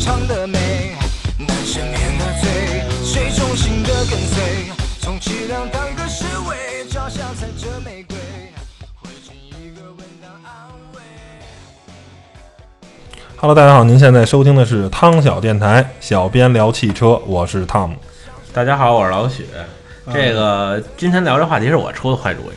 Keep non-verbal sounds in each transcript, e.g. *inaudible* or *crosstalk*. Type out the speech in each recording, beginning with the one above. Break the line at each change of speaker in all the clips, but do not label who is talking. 唱的美，难赦免的罪，谁忠心的跟随？充其量当个侍卫，脚下踩着玫瑰，回敬一个吻当安慰。
Hello，大家好，您现在收听的是汤小电台，小编聊汽车，我是 Tom。
大家好，我是老许。
嗯
这个今天聊这话题是我出的坏主意，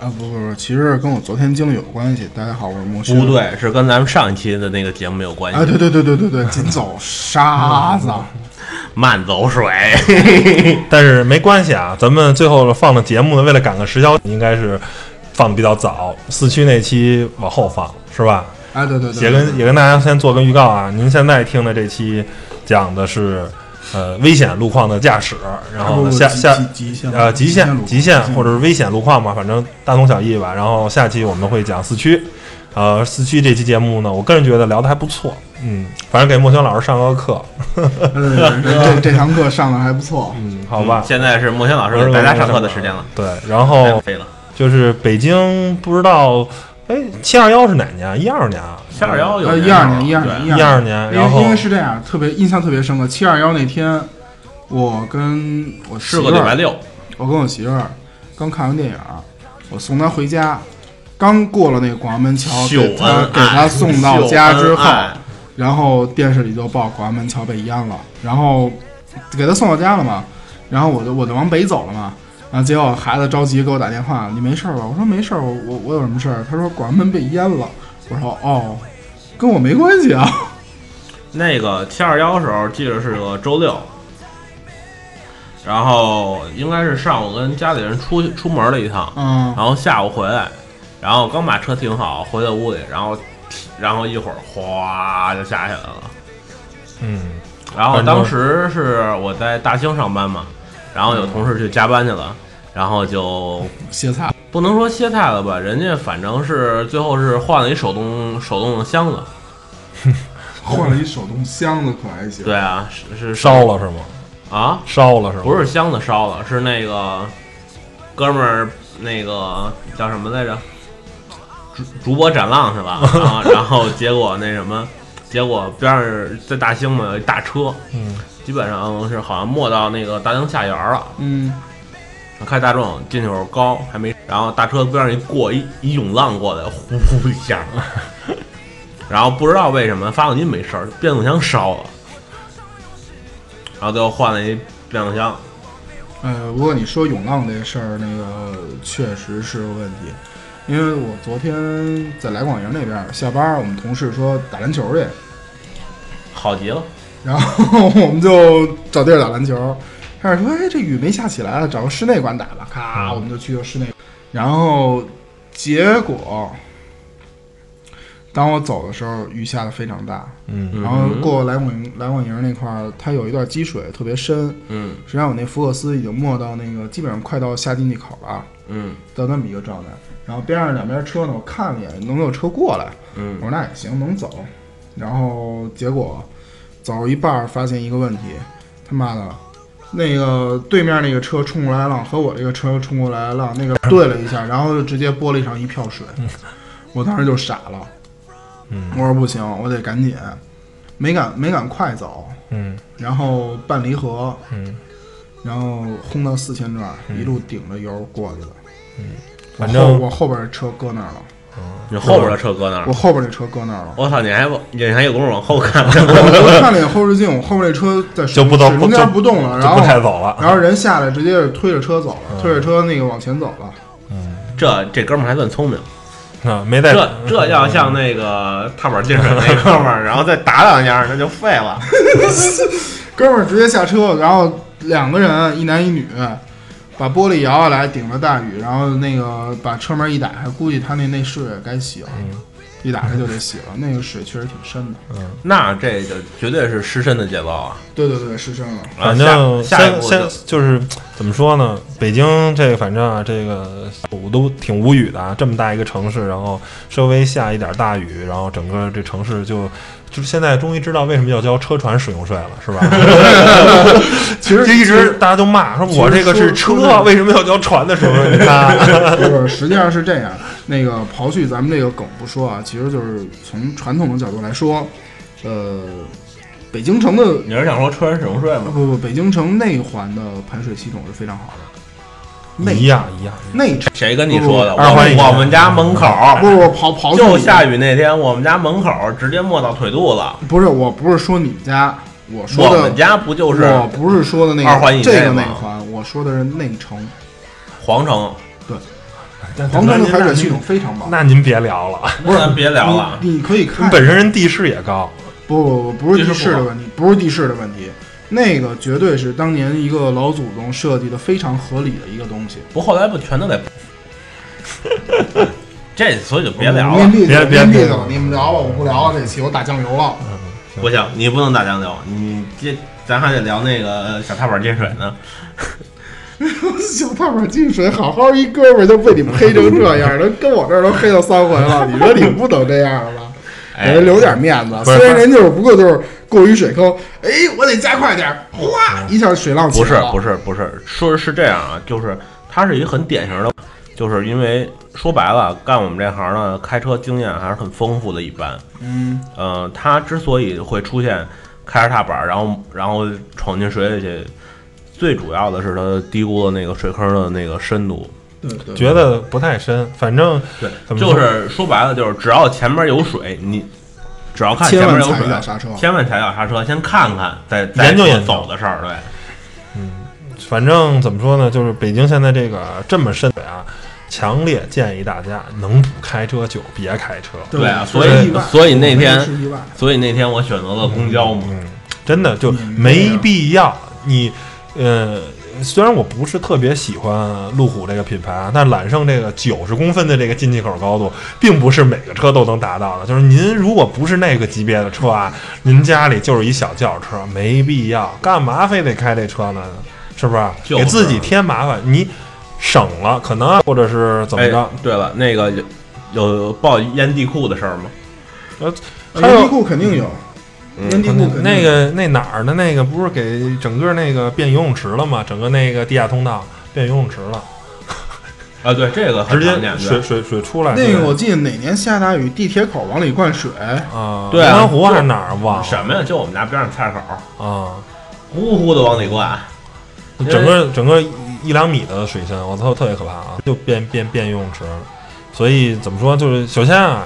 啊，不不不，其实跟我昨天经历有关系。大家好，我是莫勋。
不对，是跟咱们上一期的那个节目有关系。
啊，对对对对对对，紧走沙子。
嗯慢走
*laughs*
水，
但是没关系啊，咱们最后放的节目呢，为了赶个时效，应该是放的比较早，四驱那期往后放是吧？
啊，对对对，
也跟也跟大家先做个预告啊，您现在听的这期讲的是呃危险路况的驾驶，然后呢下下
极限
呃极限极限或者
是
是危险路况嘛，反正大同小异吧。然后下期我们会讲四驱，呃，四驱这期节目呢，我个人觉得聊的还不错，嗯，反正给莫轩老师上个课，
这这堂课上的还不错。
嗯，好吧。
现在是莫轩老
嗯
师给大家上课的时间了，
对，然
太
哦
后
废了。
就是北京不知道，哎，七二幺是哪年？一二年啊，
七二幺有
呃，一二年，一二年，
一二年。
因
然
为
后
因为是这样，特别印象特别深刻。七二幺那天，我跟我媳
是
妇
个礼拜
儿，
六，
我跟我媳妇儿刚看完电影，我送她回家，刚过了那个广阳门桥，
秀
哦给她
恩
给她
爱
送到家之
秀
后
恩，爱
然后电视里就报广安门桥被淹了，然后给他送到家了嘛，然后我就我就往北走了嘛，然后结果孩子着急给我打电话，你没事儿吧？我说没事儿，我我我有什么事儿？他说广安门被淹了，我说哦，跟我没关系啊，
那个七二幺时候记得是个周六，然后应该是上午跟家里人出出门了一趟，
嗯，
然后下午回来，然后刚把车停好，回到屋里，然后然后一会儿哗就下起来了。
嗯，
然后当时是我在大兴上班嘛，然后有同事去加班去了，然后就
歇菜，
不能说歇菜了吧，人家反正是最后是换了一手动手动的箱子。
换了一手动箱子，可还行
对啊，是是
烧了是吗？
啊，
烧了是吗？
不是箱子烧了，是那个哥们儿那个叫什么来着？主主播斩浪是吧？然后然后结果那什么，结果边上在大兴嘛有一大车，
嗯，
基本上是好像没到那个大兴下园了。
嗯，
我开大众进去有点高，还没，然后大车边上一过一一涌浪过来，呼呼一下，然后不知道为什么发动机没事儿，变速箱烧了，然后最后换了一变速箱，
呃，不过你说涌浪这事儿，那个确实是个问题，因为我昨天在来广营那边儿下班儿，我们同事说打篮球去。
好极了。
然后我们就找地儿打篮球。开始说，哎，这雨没下起来了，找个室内馆打吧。咔，我们就去了室内。然后结果，当我走的时候，雨下的非常大。
嗯，
然后过来广营来广营那块儿，它有一段积水特别深。
嗯
实际上，我那福克斯已经没到那个，基本上快到下进气口了，
嗯
到那么一个状态。然后边上两边车呢，我看了一眼，能有车过来。我
嗯
说那也行，能走。然后结果走一半儿发现一个问题，他妈的，那个对面那个车冲过来的浪和我这个车冲过来的浪那个对了一下，然后就直接泼了一场一
*laughs*
票水，我当时就傻了。
嗯，
我说不行，我得赶紧，没敢没敢快走，
嗯
然后半离合，
嗯，
然后轰到四千转，一路顶着油过去了。
反
我后
正嗯
我后边儿车搁那儿了，
你后边的车搁那儿
我，后边儿那车搁那儿了。
我操，你还往你还有功夫往后看，
我我看了眼后视镜，我后面那车在水
就不走
水中间
就
不动了，
就
然
不太
后
走了。嗯
然后人下来直接就推着车走了，推着车那个往前走了。
这这哥们儿还算聪明，
啊，没带
这这要像那个踏板进水那哥们儿，然后再打两下，那就废了。
哥们儿直接下车，然后两个人一男一女，把玻璃摇下来顶着大雨，然后那个把车门一打开，估计他那那水也该洗了，
嗯
一打开就得洗了，那个水确实挺深
*laughs*
的。
那这就绝对是失身的节奏啊！
对对对，是深了。
然后
反
下
正
下一
先
步
先
就
就是怎么说呢？北京这个反正啊，这个我都挺无语的啊。这么大一个城市，然后稍微下一点大雨，然后整个这城市就就是现在终于知道为什么要交车船使用税了，是吧？
*laughs* 其实
就一直大家就骂说，我这个是
其实说
车，为什么要交船
*laughs*
的时候？你看，啊
不是，实际上是这样。那个刨去咱们这个梗不说啊，其实就是从传统的角度来说，呃，北京城的
你是想说车人使用税
不
吗？
不，北京城内环的排水系统是非常好的。
一
内
样一样。
内城
谁跟你说的？
不不二环以
我
下
我们家门口
不是我刨刨去
就
你
下雨那天，我们家门口直接没到腿肚子。
不是我不是说你们家，我说
我
的
们家不就是
我不是说的那个
二环以内
这个内
吗
环，我说的是内城，
皇城？
但
皇城
那
的
您
排水
那
系
您
统非常棒。
那您别聊了，
*laughs*
不是，别聊了。
你你可以看，不
本身人地势也高，
不不，不是
地
地
势
势
不好
的问题，不是地势的问题，那个绝对是当年一个老祖宗设计的非常合理的一个东西。
不，后来不全都得。这所以就别聊
您
了，
闭嘴，
别别
您闭
别嗯
嘴，你们聊吧，我不聊了，这期我打酱油了。
不行，你不能打酱油，你这咱还得聊那个小踏板进水呢。
*laughs* 小踏板进水，好好一哥们儿就被你们黑成这样，都跟我这儿都黑到三回了，你说你不能这样了吧？给
哎
人，留点面子，
不是
虽然人就是不过就是过于水坑，哎，我得加快点儿，
嗯
哗一下水浪起
不是
来了。
不是不是，说是这样啊，就是它是一个很典型的，就是因为说白了，干我们这行呢，开车经验还是很丰富的，一般。
嗯，
嗯，他之所以会出现开着踏板儿，然后然后闯进水里去，最主要的是他低估了那个水坑的那个深度。
对对，
觉得不太深，反正
对
怎么说
就是说白了，就是只要前面有水，你只要看前
千
面
万
有
踩
水
一，脚刹车。
千万踩脚刹车，先看看，再再
研究
做
研究
走的事儿。对，
反正怎么说呢，就是北京现在这个这么深的啊，强烈建议大家能不开车就别开车，
对啊所
是
以
意外
所以那天
我们是意外。
所以那天我选择了公交嘛。
嗯，真的就
嗯
没必要。你，呃，虽然我不是特别喜欢路虎这个品牌啊，但揽胜这个九十公分的这个进气口高度，并不是每个车都能达到的。就是您如果不是那个级别的车啊，您家里就是一小轿车，没必要，干嘛非得开这车呢？是不是？
就是啊
给自己添麻烦，你省了可能啊，或者是怎么着？
哎？对了，那个有有报淹地库的事儿吗？哎
呃还有嗯
烟蒂库肯定有，烟蒂库肯定有
那个那哪儿的那个不是给整个那个变游泳池了吗？整个那个地下通道变游泳池了，
啊，对，这个很
直
常
接
见。
水
对
水水出来
那个，我记得哪年下大雨，地铁口往里灌水，
啊，
对啊
南湖还是哪儿忘
什么呀？就我们家边上菜市口儿，
了啊？
呼呼的往里
*laughs*
灌。因为
整个整个一一两米的水深，我操，特别可怕啊！就变变变游泳池了，所以怎么说，就是首先啊，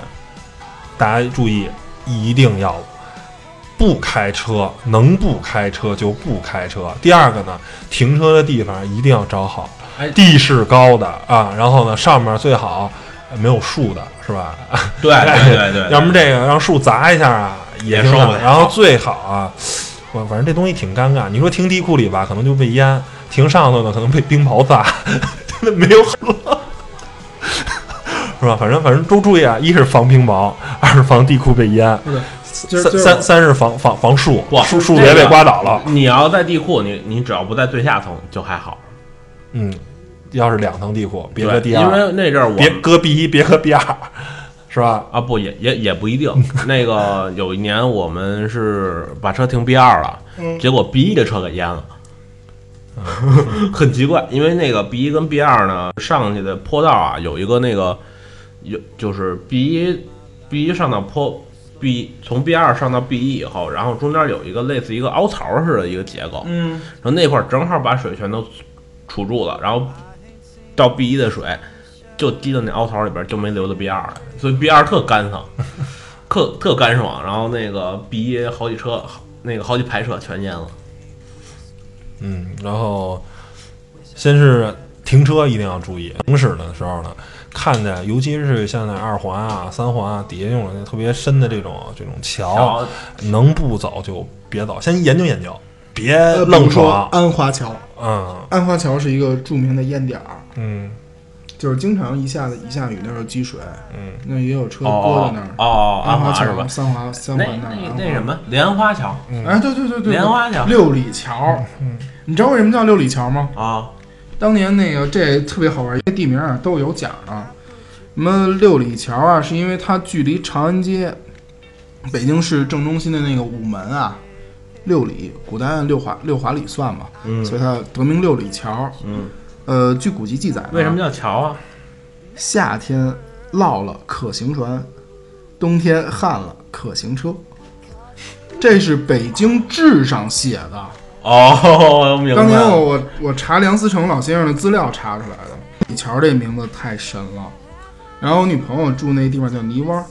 大家注意，一定要不开车，能不开车就不开车。第二个呢，停车的地方一定要找好
哎，
地势高的啊，然后呢，上面最好呃没有树的，是吧？
对对
*laughs*
哎对对，
要么这个让树砸一下啊，
也
挺
受
好
不了
然后最好啊，我反正这东西挺尴尬。你说停地库里吧，可能就被淹；停上头呢，可能被冰雹砸， *laughs* 真的没有好了， *laughs* 是吧？反正反正都注意啊，一是防冰雹，二是防地库被淹，
不是，就
三
就
三三是防防防树
不，
树树
这
别被
个
刮倒了。
你要在地库，你你只要不在最下层就还好。
嗯，要是两层地库，别
对
搁第
因
二，
为那阵儿我
别搁 B 一，别搁 B 二， *laughs* 是吧？
啊不也也也不一定。那个有一年我们是把车停 B 二了，结果 B 一的车给淹了。 *laughs* 很奇怪，因为那个 B 一跟 B 二呢，上去的坡道啊，有一个那个有就是 B 一 B 一上到坡 B 从 B 二上到 B 一以后，然后中间有一个类似一个凹槽似的一个结构，
嗯，
然后那块儿正好把水全都储住了，然后到 B 一的水就滴到那凹槽里边，就没流到 B 二来，所以 B 二特干
*laughs*
爽，特特干爽。然后那个 B 一好几车，那个好几排车全淹了。
嗯，然后先是停车一定要注意，行驶的时候呢，看见尤其是像那二环啊、三环啊底下用的特别深的这种这种桥，
哦
后
能不走就别走，先研究研究，别
呃比
愣
如说
闯。
安华桥，
嗯
安华桥是一个著名的烟点儿，
嗯
就是经常一下子一下雨那儿有积水，
嗯，
那也有车搁
哦
在那儿。
哦，
安
华
华
是吧
桥、？三华、三
那
环那儿，
那
安
那
华
什么莲花桥
哎，对对对对对，
莲花桥
六里桥，
嗯
你知道为什么叫六里桥吗？
啊，
当年那个这特别好玩，这地名啊都有讲啊。什么六里桥啊，是因为它距离长安街、北京市正中心的那个午门啊，六里，古代按六华六华里算嘛，
嗯
所以它得名六里桥。
嗯，
呃，据古籍记载呢，
为什么叫桥啊？
夏天涝了可行船，冬天旱了可行车？这是北京志上写的。
哦，明白
当年
了。
我我我查梁思成老先生的资料查出来的，李桥这名字太神了。然后我女朋友住那地方叫泥湾，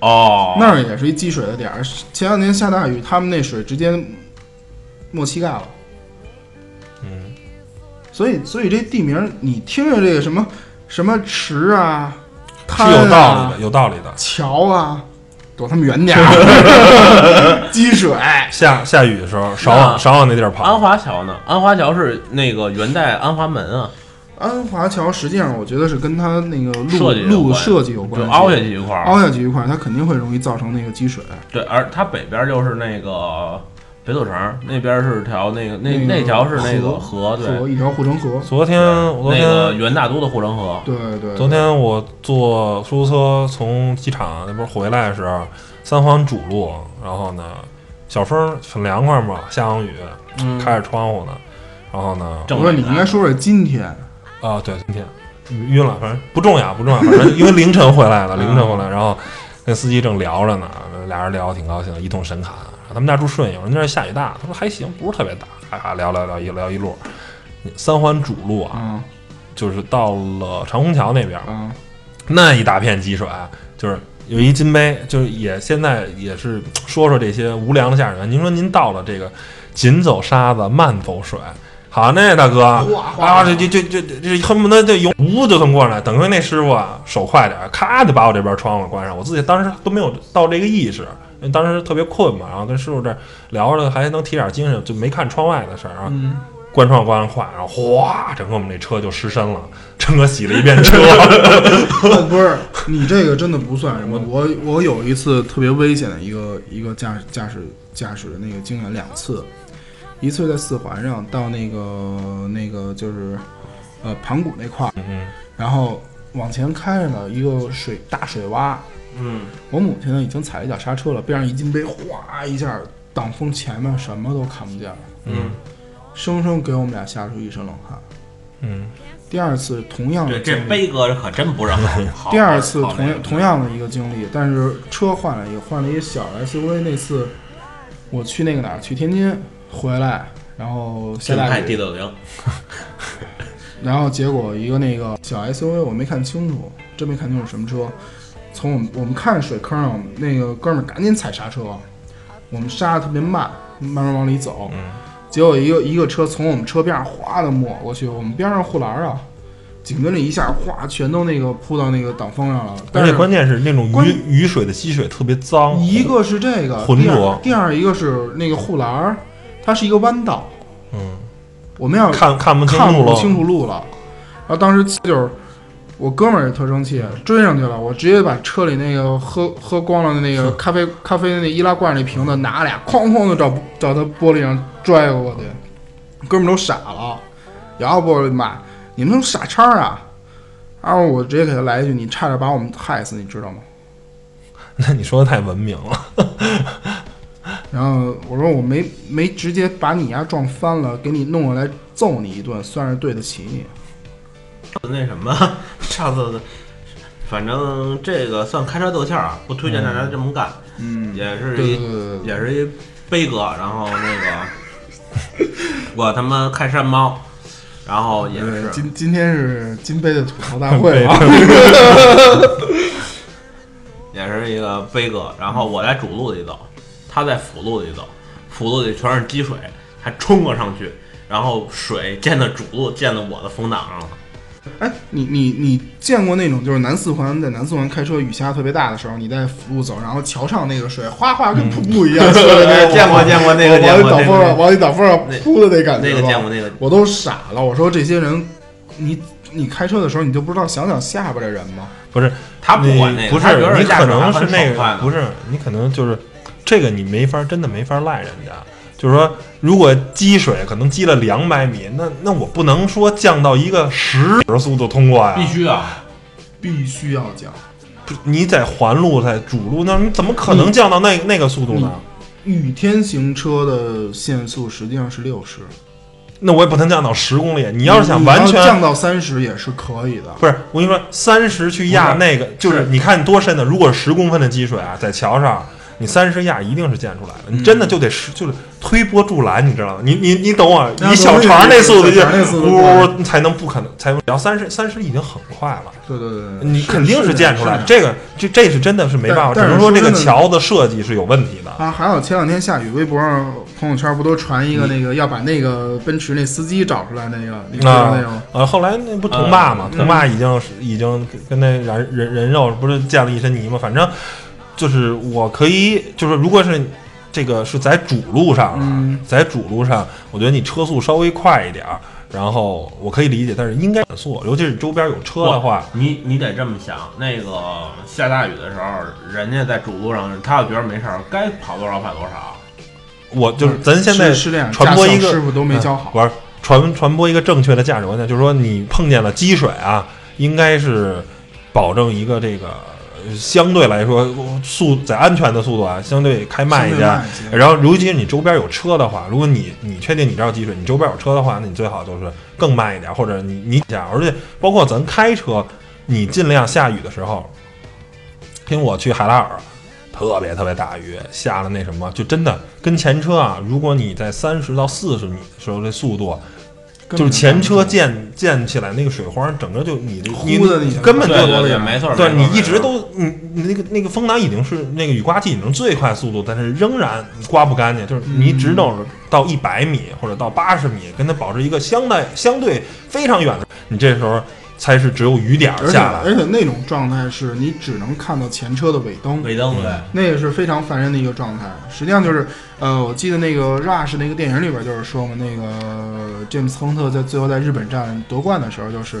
哦，
那儿也是一积水的点儿。前两年下大雨，他们那水直接没膝盖了。
嗯，
所以所以这地名儿，你听着这个什么什么池啊、
是
滩
有道理
啊
的，、有道理的。
桥啊，躲他们远点
*laughs*
儿，积水。
下下雨的时候，少往
那
少往那地儿
哎安
跑。
华桥呢？安华桥是那个元代安华门啊，
安华桥实际上我觉得是跟它那个路
设计有
路
关系
设计有关
就
系，
凹下去一块儿。
凹下去一块儿，它肯定会容易造成那个积水。
对，而它北边就是那个北斗城，那边是条那个那
那个
那条是那个河，
河
对，
河一条护城河。
昨天，我昨
那个
天
元大都的护城河。
对对，
昨天我坐出租车从机场那边回来的时候，三环主路，然后呢，小风很凉快嘛，下完雨，
嗯，
开着窗户呢，然后呢，
正
我说你应该说说今天，
啊，对，今天晕了，反正不重要，不重要，反正因为凌晨回来了，凌晨回来，然后跟司机正聊着呢，俩人聊得挺高兴，一通神侃。啊他们家住顺义，人家下雨大，他说还行，不是特别大，哈哈，聊聊聊一聊一路。三环主路
嗯
啊，
啊
就是到了长虹桥那边，
啊，
那一大片积水，就是有一金杯，就是也现在也是说说这些无良的下水员。您说您到了这个紧走沙子，慢走水，好那大哥
哗
啊，这这这这这恨不得就油呜就能过来。等会那师傅啊，手快点儿，咔就把我这边窗户关上。我自己当时都没有到这个意识，因为当时特别困嘛，然后跟师傅这儿聊着还能提点精神，就没看窗外的事儿啊。
嗯，
关窗关上快，然后哗，整个我们这车就湿身了，整个洗了一遍车。 *laughs*
哦不是，你这个真的不算什么。我我有一次特别危险的一个一个驾驶驾驶驾驶的那个经验两次，一次在四环上到那个那个就是呃盘古那块儿，
嗯嗯。
然后往前开着呢，一个水大水洼，
嗯，
我母亲呢已经踩了一脚刹车了，边上一金杯哗一下挡风前面什么都看不见了，
嗯
生生给我们俩吓出一身冷汗。
嗯
第二次同样的
这这
经历
悲哥可真不是好。
第二次同
样
样同样的一个经历，但是车换了一个，换了一个小的 SUV。那次我去那个哪儿，去天津回来，然后下
现
大
在 D
雨，
六零，
然后结果一个那个小 SUV 我没看清楚，真没看清楚什么车。从我们我们看水坑上，那个哥们儿赶紧踩刹车，我们刹的特别慢，慢慢往里
嗯
走。结果一个一个车从我们车边上哗的抹过去，我们边上护栏啊，紧跟着一下哗全都那个扑到那个挡风上了。但
而
是
且关键是那种
关
雨雨水的积水特别脏，
一个是这个
哦浑
第二
浊
第二一个是那个护栏儿，它是一个弯道，
嗯，
我们要
看看不清
看
楚
不
了，
清楚路了。然后当时气就是我哥们儿也特生气，追上去了，我直接把车里那个喝喝光了的
*laughs*
那个咖啡咖啡的那易拉罐那瓶子拿俩，哐哐的照照他玻璃上拽过去，哥们儿都傻了，摇摇玻璃骂你们都傻叉儿啊！然后我直接给他来一句：“你差点把我们害死，你知道吗？”
那你说的太文明了，
然后我说我没没直接把你丫撞翻了，给你弄过来揍你一顿，算是对得起你。
那什么，上次反正这个算开车斗气儿啊，不推荐大家这么干，
嗯，
也
对
是
对
一
对对，
也是一悲哥，然后那个
*laughs*
我他妈开山猫，然后也
对
是
今今天是金杯的吐槽大 *laughs* 会啊！
也是一个悲哥，然后我在主路里走，他在辅路里走，辅路里全是积水，他冲了上去，然后水溅到主路，溅到我的风挡上了。
*laughs* 哎，你你你见过那种就是南四环在南四环开车雨下特别大的时候，你在辅路走，然后桥上那个水哗哗跟瀑布一样，说的那
*laughs*
种
见过见过那个
往
见
里
过
挡
那
风上
个
往里挡风上
那
扑的那感觉
那
吧，
个见过那个，
我都傻了。我说这些人，你你开车的时候你就不知道想想下边的人吗？
*laughs* 不是
他不管那
你
个，
不
他
是
觉得
你
驾
可
驶还
能是
很
那
爽快
个
呢
不是你可能就是这个你没法真的没法赖人家，就是说如果积水可能积了两百米，那那我不能说降到一个十的速度通过呀，
必须啊，
必须要讲。
不是你在环路在主路那你怎么可能降到那那个速度呢？
雨天行车的限速实际上是六十，
那我也不能降到十公里，你要是想
你
完全
降到三十也是可以的。
不是，我跟你说，三十去压那个，就是你看多深的，如果十公分的积水啊，在桥上，你三十亚一定是建出来的，你
嗯
真的就得是就是推波助澜，你知道吗？你你你懂我，
那
以小
容易
肠那速度就
小肠那速度
呜呜才能不可能才能，然后三十三十已经很快了。
对对对对，
你
是
肯定
是
是建出来的，
的。
这个这这是真的是没办法，只
但但是
能说这个
说真的
桥的设计是有问题的。
啊，还有前两天下雨，微博上、朋友圈不都传
嗯
一个那个要把那个奔驰那司机找出来那个，你知道那个呃吗？
呃，后来那不童爸嘛，童爸已经是已经跟那人人人肉不是溅了一身泥嘛，反正就是我可以，就是如果是这个是在主路上啊，
嗯
在主路上，我觉得你车速稍微快一点儿，然后我可以理解，但是应该减速，尤其是周边有车的话，
你你得这么想，那个下大雨的时候，人家在主路上，他要觉得没事儿，该跑多少跑多少。
我就是咱现在
嗯是是这样，
传播一
驾校
个嗯
师傅都没教好。
不是传传播一个正确的价值观念，就是说你碰见了积水啊，应该是保证一个这个呃相对来说速在安全的速度啊，相对开慢一
相对
点
慢一。些
然后，尤其是你周边有车的话，如果你你确定你这儿有积水，你周边有车的话，那你最好就是更慢一点，或者你你讲，而且包括咱开车，你尽量下雨的时候，听我去海拉尔，特别特别大雨，下了那什么，就真的跟前车啊，如果你在三十到四十米的时候这速度，啊
根本
就是前车
看不出来
溅溅起来那个水花，整个就你的
呼的那
你
下
根本就
对对对，没错，
对
没
你
错
一直都你你那个那个风挡已经是那个雨刮器已经最快速度，但是仍然刮不干净，就是
嗯
你只能到一百米或者到八十米，跟它保持一个相对相对非常远的，你这时候才是只有雨点儿
而且
下来
而。且那种状态是你只能看到前车的尾灯，
尾灯对，
那也是非常烦人的一个状态。实际上就是，呃，我记得那个《Rush》那个电影里边就是说嘛，那个詹姆斯亨特在最后在日本站夺冠的时候，就是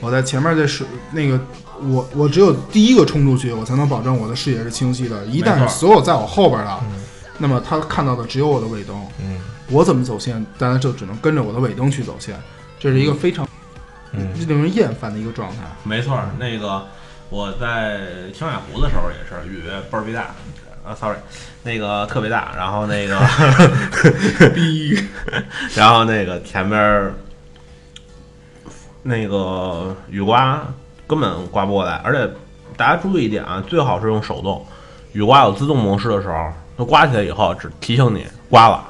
我在前面这是那个我我只有第一个冲出去，我才能保证我的视野是清晰的。一
没
旦
错嗯
所有在我后边的，那么他看到的只有我的尾灯，
嗯
我怎么走线，大家就只能跟着我的尾灯去走线，这是一个非常
嗯
令人厌烦的一个状态。
没错。那个我在青海湖的时候也是雨倍儿逼大，啊，sorry，那个特别大，然后那个逼，然后那个前面儿那个雨刮根本刮不过来，而且大家注意一点啊，最好是用手动。雨刮有自动模式的时候，它刮起来以后只提醒你刮了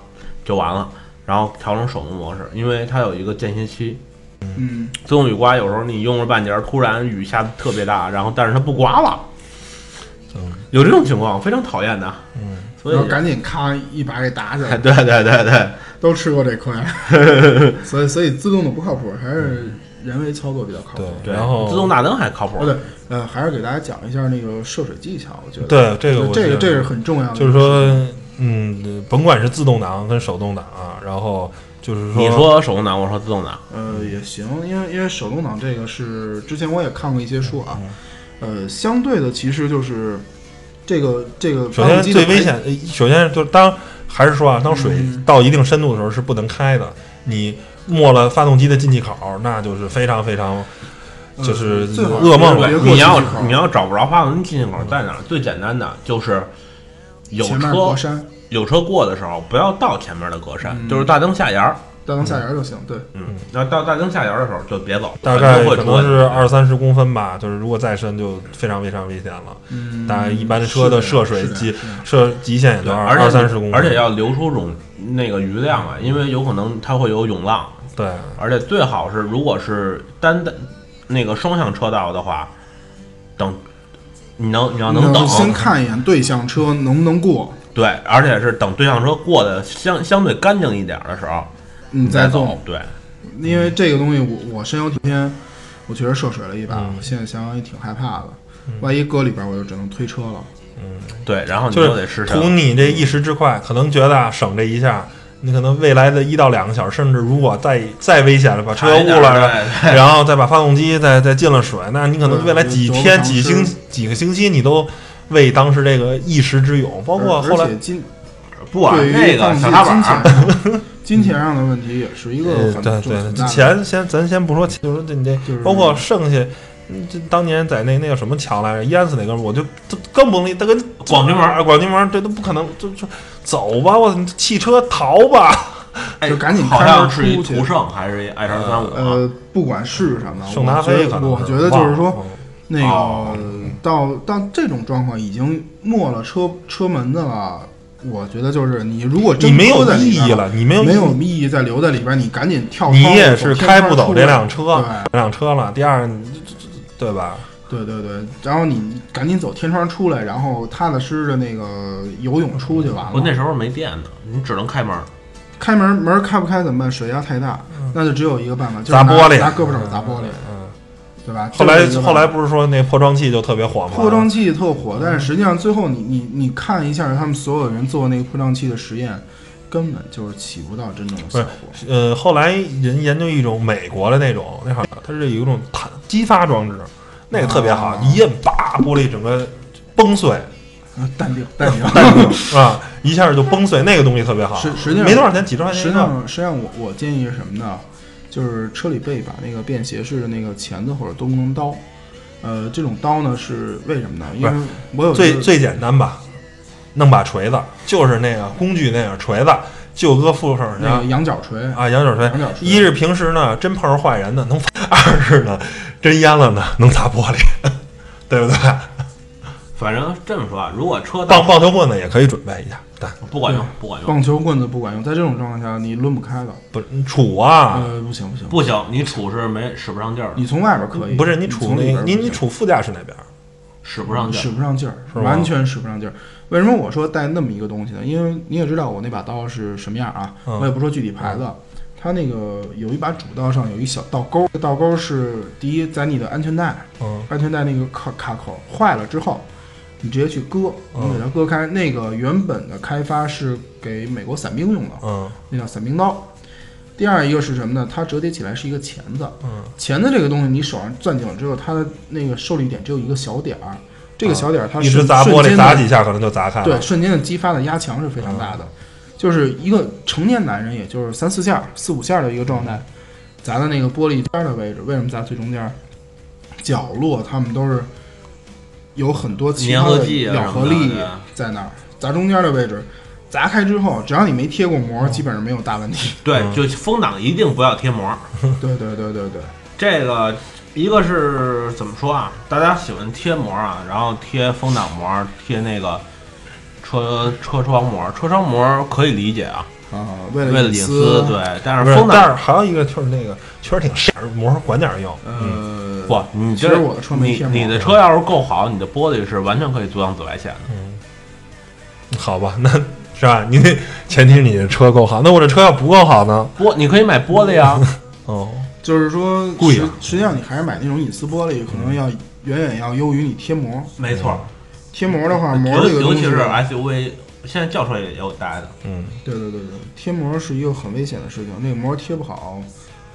就完了，然后调成手动模式，因为它有一个间歇期。
嗯，
自动雨刮有时候你用了半截儿，突然雨下的特别大，然后但是它不刮了，
嗯
有这种情况，非常讨厌的。
嗯，
所以。
然后赶紧咔一把给打起来
*laughs* 对对对对，
都吃过这亏，
*laughs*
所以所以自动的不靠谱，还是人为操作比较靠谱。
嗯对然后
自动大灯还靠谱
哦。对，呃，还是给大家讲一下那个涉水技巧，我觉得
对这个我
这
觉
个
得
这是很重要的，
就是说，嗯，甭管是自动挡跟手动挡啊，然后就是
你说手动挡，我说自动挡，
嗯
呃也行，因为因为手动挡这个是之前我也看过一些书啊，
嗯
呃，相对的其实就是这个这个
首
发
先
动机的哎
最危
排
险，呃首先就是当还是说啊，当水
嗯
到一定深度的时候是不能开的，你没了发动机的进气口，那就是非常非常
呃
就是
最好
噩梦
别
了。
别过
你要
进气口
你要找不着发动机进气口在哪儿，最简单的就是有
前面过
车
山，
有车过的时候，不要到前面的格栅，
嗯
就是大灯下沿儿。
大灯下沿就行，对，
嗯，那到大灯下沿儿的时候就别走，
大概
就会
可
出
能
问
是
题。
二三十公分吧，就是如果再深就非常非常危险了。
嗯，
大概一般车的涉水
机
极涉极限也就
对，
二
而且
二三十公分，
而且要留出种那个余量啊，因为有可能它会有涌浪，
对
而且最好是，如果是单单那个双向车道的话，等你能
啊
你要能等，
先看一眼对向车能不能过，
对，而且是等对向车过得相相对干净一点的时候，
你
你再
再动。，
对，
因为这个东西我我深有体验，我确实涉水了一把，
嗯
我现在想想也挺害怕的。万一搁里边，我就只能推车了。
对，然后你
就
就得
是
失
图
身。
你这一时之快，可能觉得啊省这一下，你可能未来的一到两个小时，甚至如果再再危险了，把车
查一
误
下
了，
对
然后再把发动机再再进了水，那你可能
对
未来几
得不
天、
偿
几
失
星、几个星期，你都为当时这个一时之勇，包括
而
后来
而且金
不管
对于
那
放
个
弃
小踏板
金
*laughs*
儿，
钱上金钱上的问题也是一个
呃，
很
对
重
对
很大，的
钱先咱先不说钱，就是这你这，
就是
包括剩下，嗯这当年在那那个什么桥来着，淹死那哥们儿，我就这更甭理，他跟
广渠门儿
啊广渠门儿这都不可能，就就走吧，我汽车逃吧，
哎
就赶紧
好
开门
像是一
出去
途胜还是一 i 叉三五，啊
呃，不管是什么，
圣达
我觉
菲
得
可能
我觉得就是说，
忘了
那个、
哦
到到这种状况已经没了车车门的了，我觉得就是你如果真
你没有
搁在里
意
边
义，了，你没有
啊没
意义
有意义再留在里边，你赶紧跳。
你也是开不走这辆
车。
车，这辆车了。第二，你这这这对吧？
对对对，然后你赶紧走天窗出来，然后踏踏实实的那个游泳出去
呃
完
哦
我那
了。
时候没电呢，你只能开门。
开门门开不开怎么办？水压太大，那就只有一个办法，就是
嗯砸
拿
玻璃，
拿胳膊肘砸玻璃，
嗯。
对吧？
后来
这是一个办法
后来嗯不是说那破装器就特别火吗？
扩张器特火，但是实际上最后你你你看一下他们所有人做那个扩张器的实验，根本就是起不到真正的效果。
呃，后来人研究一种美国的那种，那好像它是有一种弹激发装置，那个特别好，
啊
一摁叭，玻璃整个崩碎，
啊，
*laughs*
淡定淡定。
但是是吧？一下就崩碎，那个东西特别好，
实实际上
啊没多少钱，几十块钱
实
一
际
个。
上实际上我我建议是什么呢？就是车里备把那个便携式的那个钳子或者多功能刀。呃，这种刀呢是为什么呢？因为
不
我有一
最
个
最简单吧，弄把锤子，就是那个工具那个锤子，就搁副手
那
上
个羊角锤，
啊，羊角锤
羊嗯角。锤
一是平时呢，真碰上坏人呢能砸；二是呢，真淹了呢能砸玻璃， *laughs* 对不对？
反正这么说啊，如果车
棒
到
棒球棍呢也可以准备一下，但
不管用，不管用，
棒球棍子不管用，在这种状况下你抡不开的。
不是杵啊，
呃，不行不行，
不行，你杵是没使不上劲儿的，
你从外边嗯可以，
不是你
你
杵
从里
那
边
个，
不
你你
行
杵副驾驶那边儿，
使不上劲
使
儿。
不上劲儿，
是吧
完全使不上劲儿。为什么我说带那么一个东西呢？因为你也知道我那把刀是什么样啊，
嗯
我也不说具体牌子。它那个有一把主刀上有一小倒钩，倒钩是第一，在你的安全带
嗯
安全带那个卡卡口坏了之后，你直接去割，你给它割开。那个原本的开发是给美国伞兵用的，
嗯
那叫伞兵刀。第二一个是什么呢？它折叠起来是一个钳子，
嗯，
钳子这个东西，你手上攥紧了之后，它的那个受力点只有一个小点儿，这个小点儿它
啊一
是
直砸玻
瞬
璃
间
砸
的
几下可能就砸
啊
开了，
对，瞬间的激发的压强是非常大的，就是一个成年男人，也就是三四下、四五下的一个状态，砸在那个玻璃尖儿的位置。为什么砸最中间儿？角落他们都是有很多其他
粘合
的
剂啊
咬合
什么的
力
对
在那儿，砸中间的位置，砸开之后，只要你没贴过膜，
嗯
基本上没有大问
*laughs*
题。
嗯
对，就风挡一定不要贴膜。
对对对对对，
这个一个是怎么说啊？大家喜欢贴膜啊，然后贴风挡膜，贴那个车车窗膜，车窗膜可以理解啊，
啊，为
为了
隐
隐私，对。但
不是
是风
但
挡
是还有一个就是那个确实挺傻，膜管点儿用，
呃，
不，你
其
这
实我的车没
你
贴膜
你的车要是够好，你的玻璃是完全可以阻挡紫外线的。
嗯好吧，那是吧？你得前提是你的车够好，那我这车要不够好呢？
玻，你可以买玻璃啊，
哦，
就是说
贵啊
实实际上你还是买那种隐私玻璃，可
嗯
能要远远要优于你贴膜。
没错。
贴膜的话，膜
呃尤
这个
尤
东
其
西，
是哎 SUV，现在轿车也有带的。
嗯，
对对对对，贴膜是一个很危险的事情，那个膜贴不好，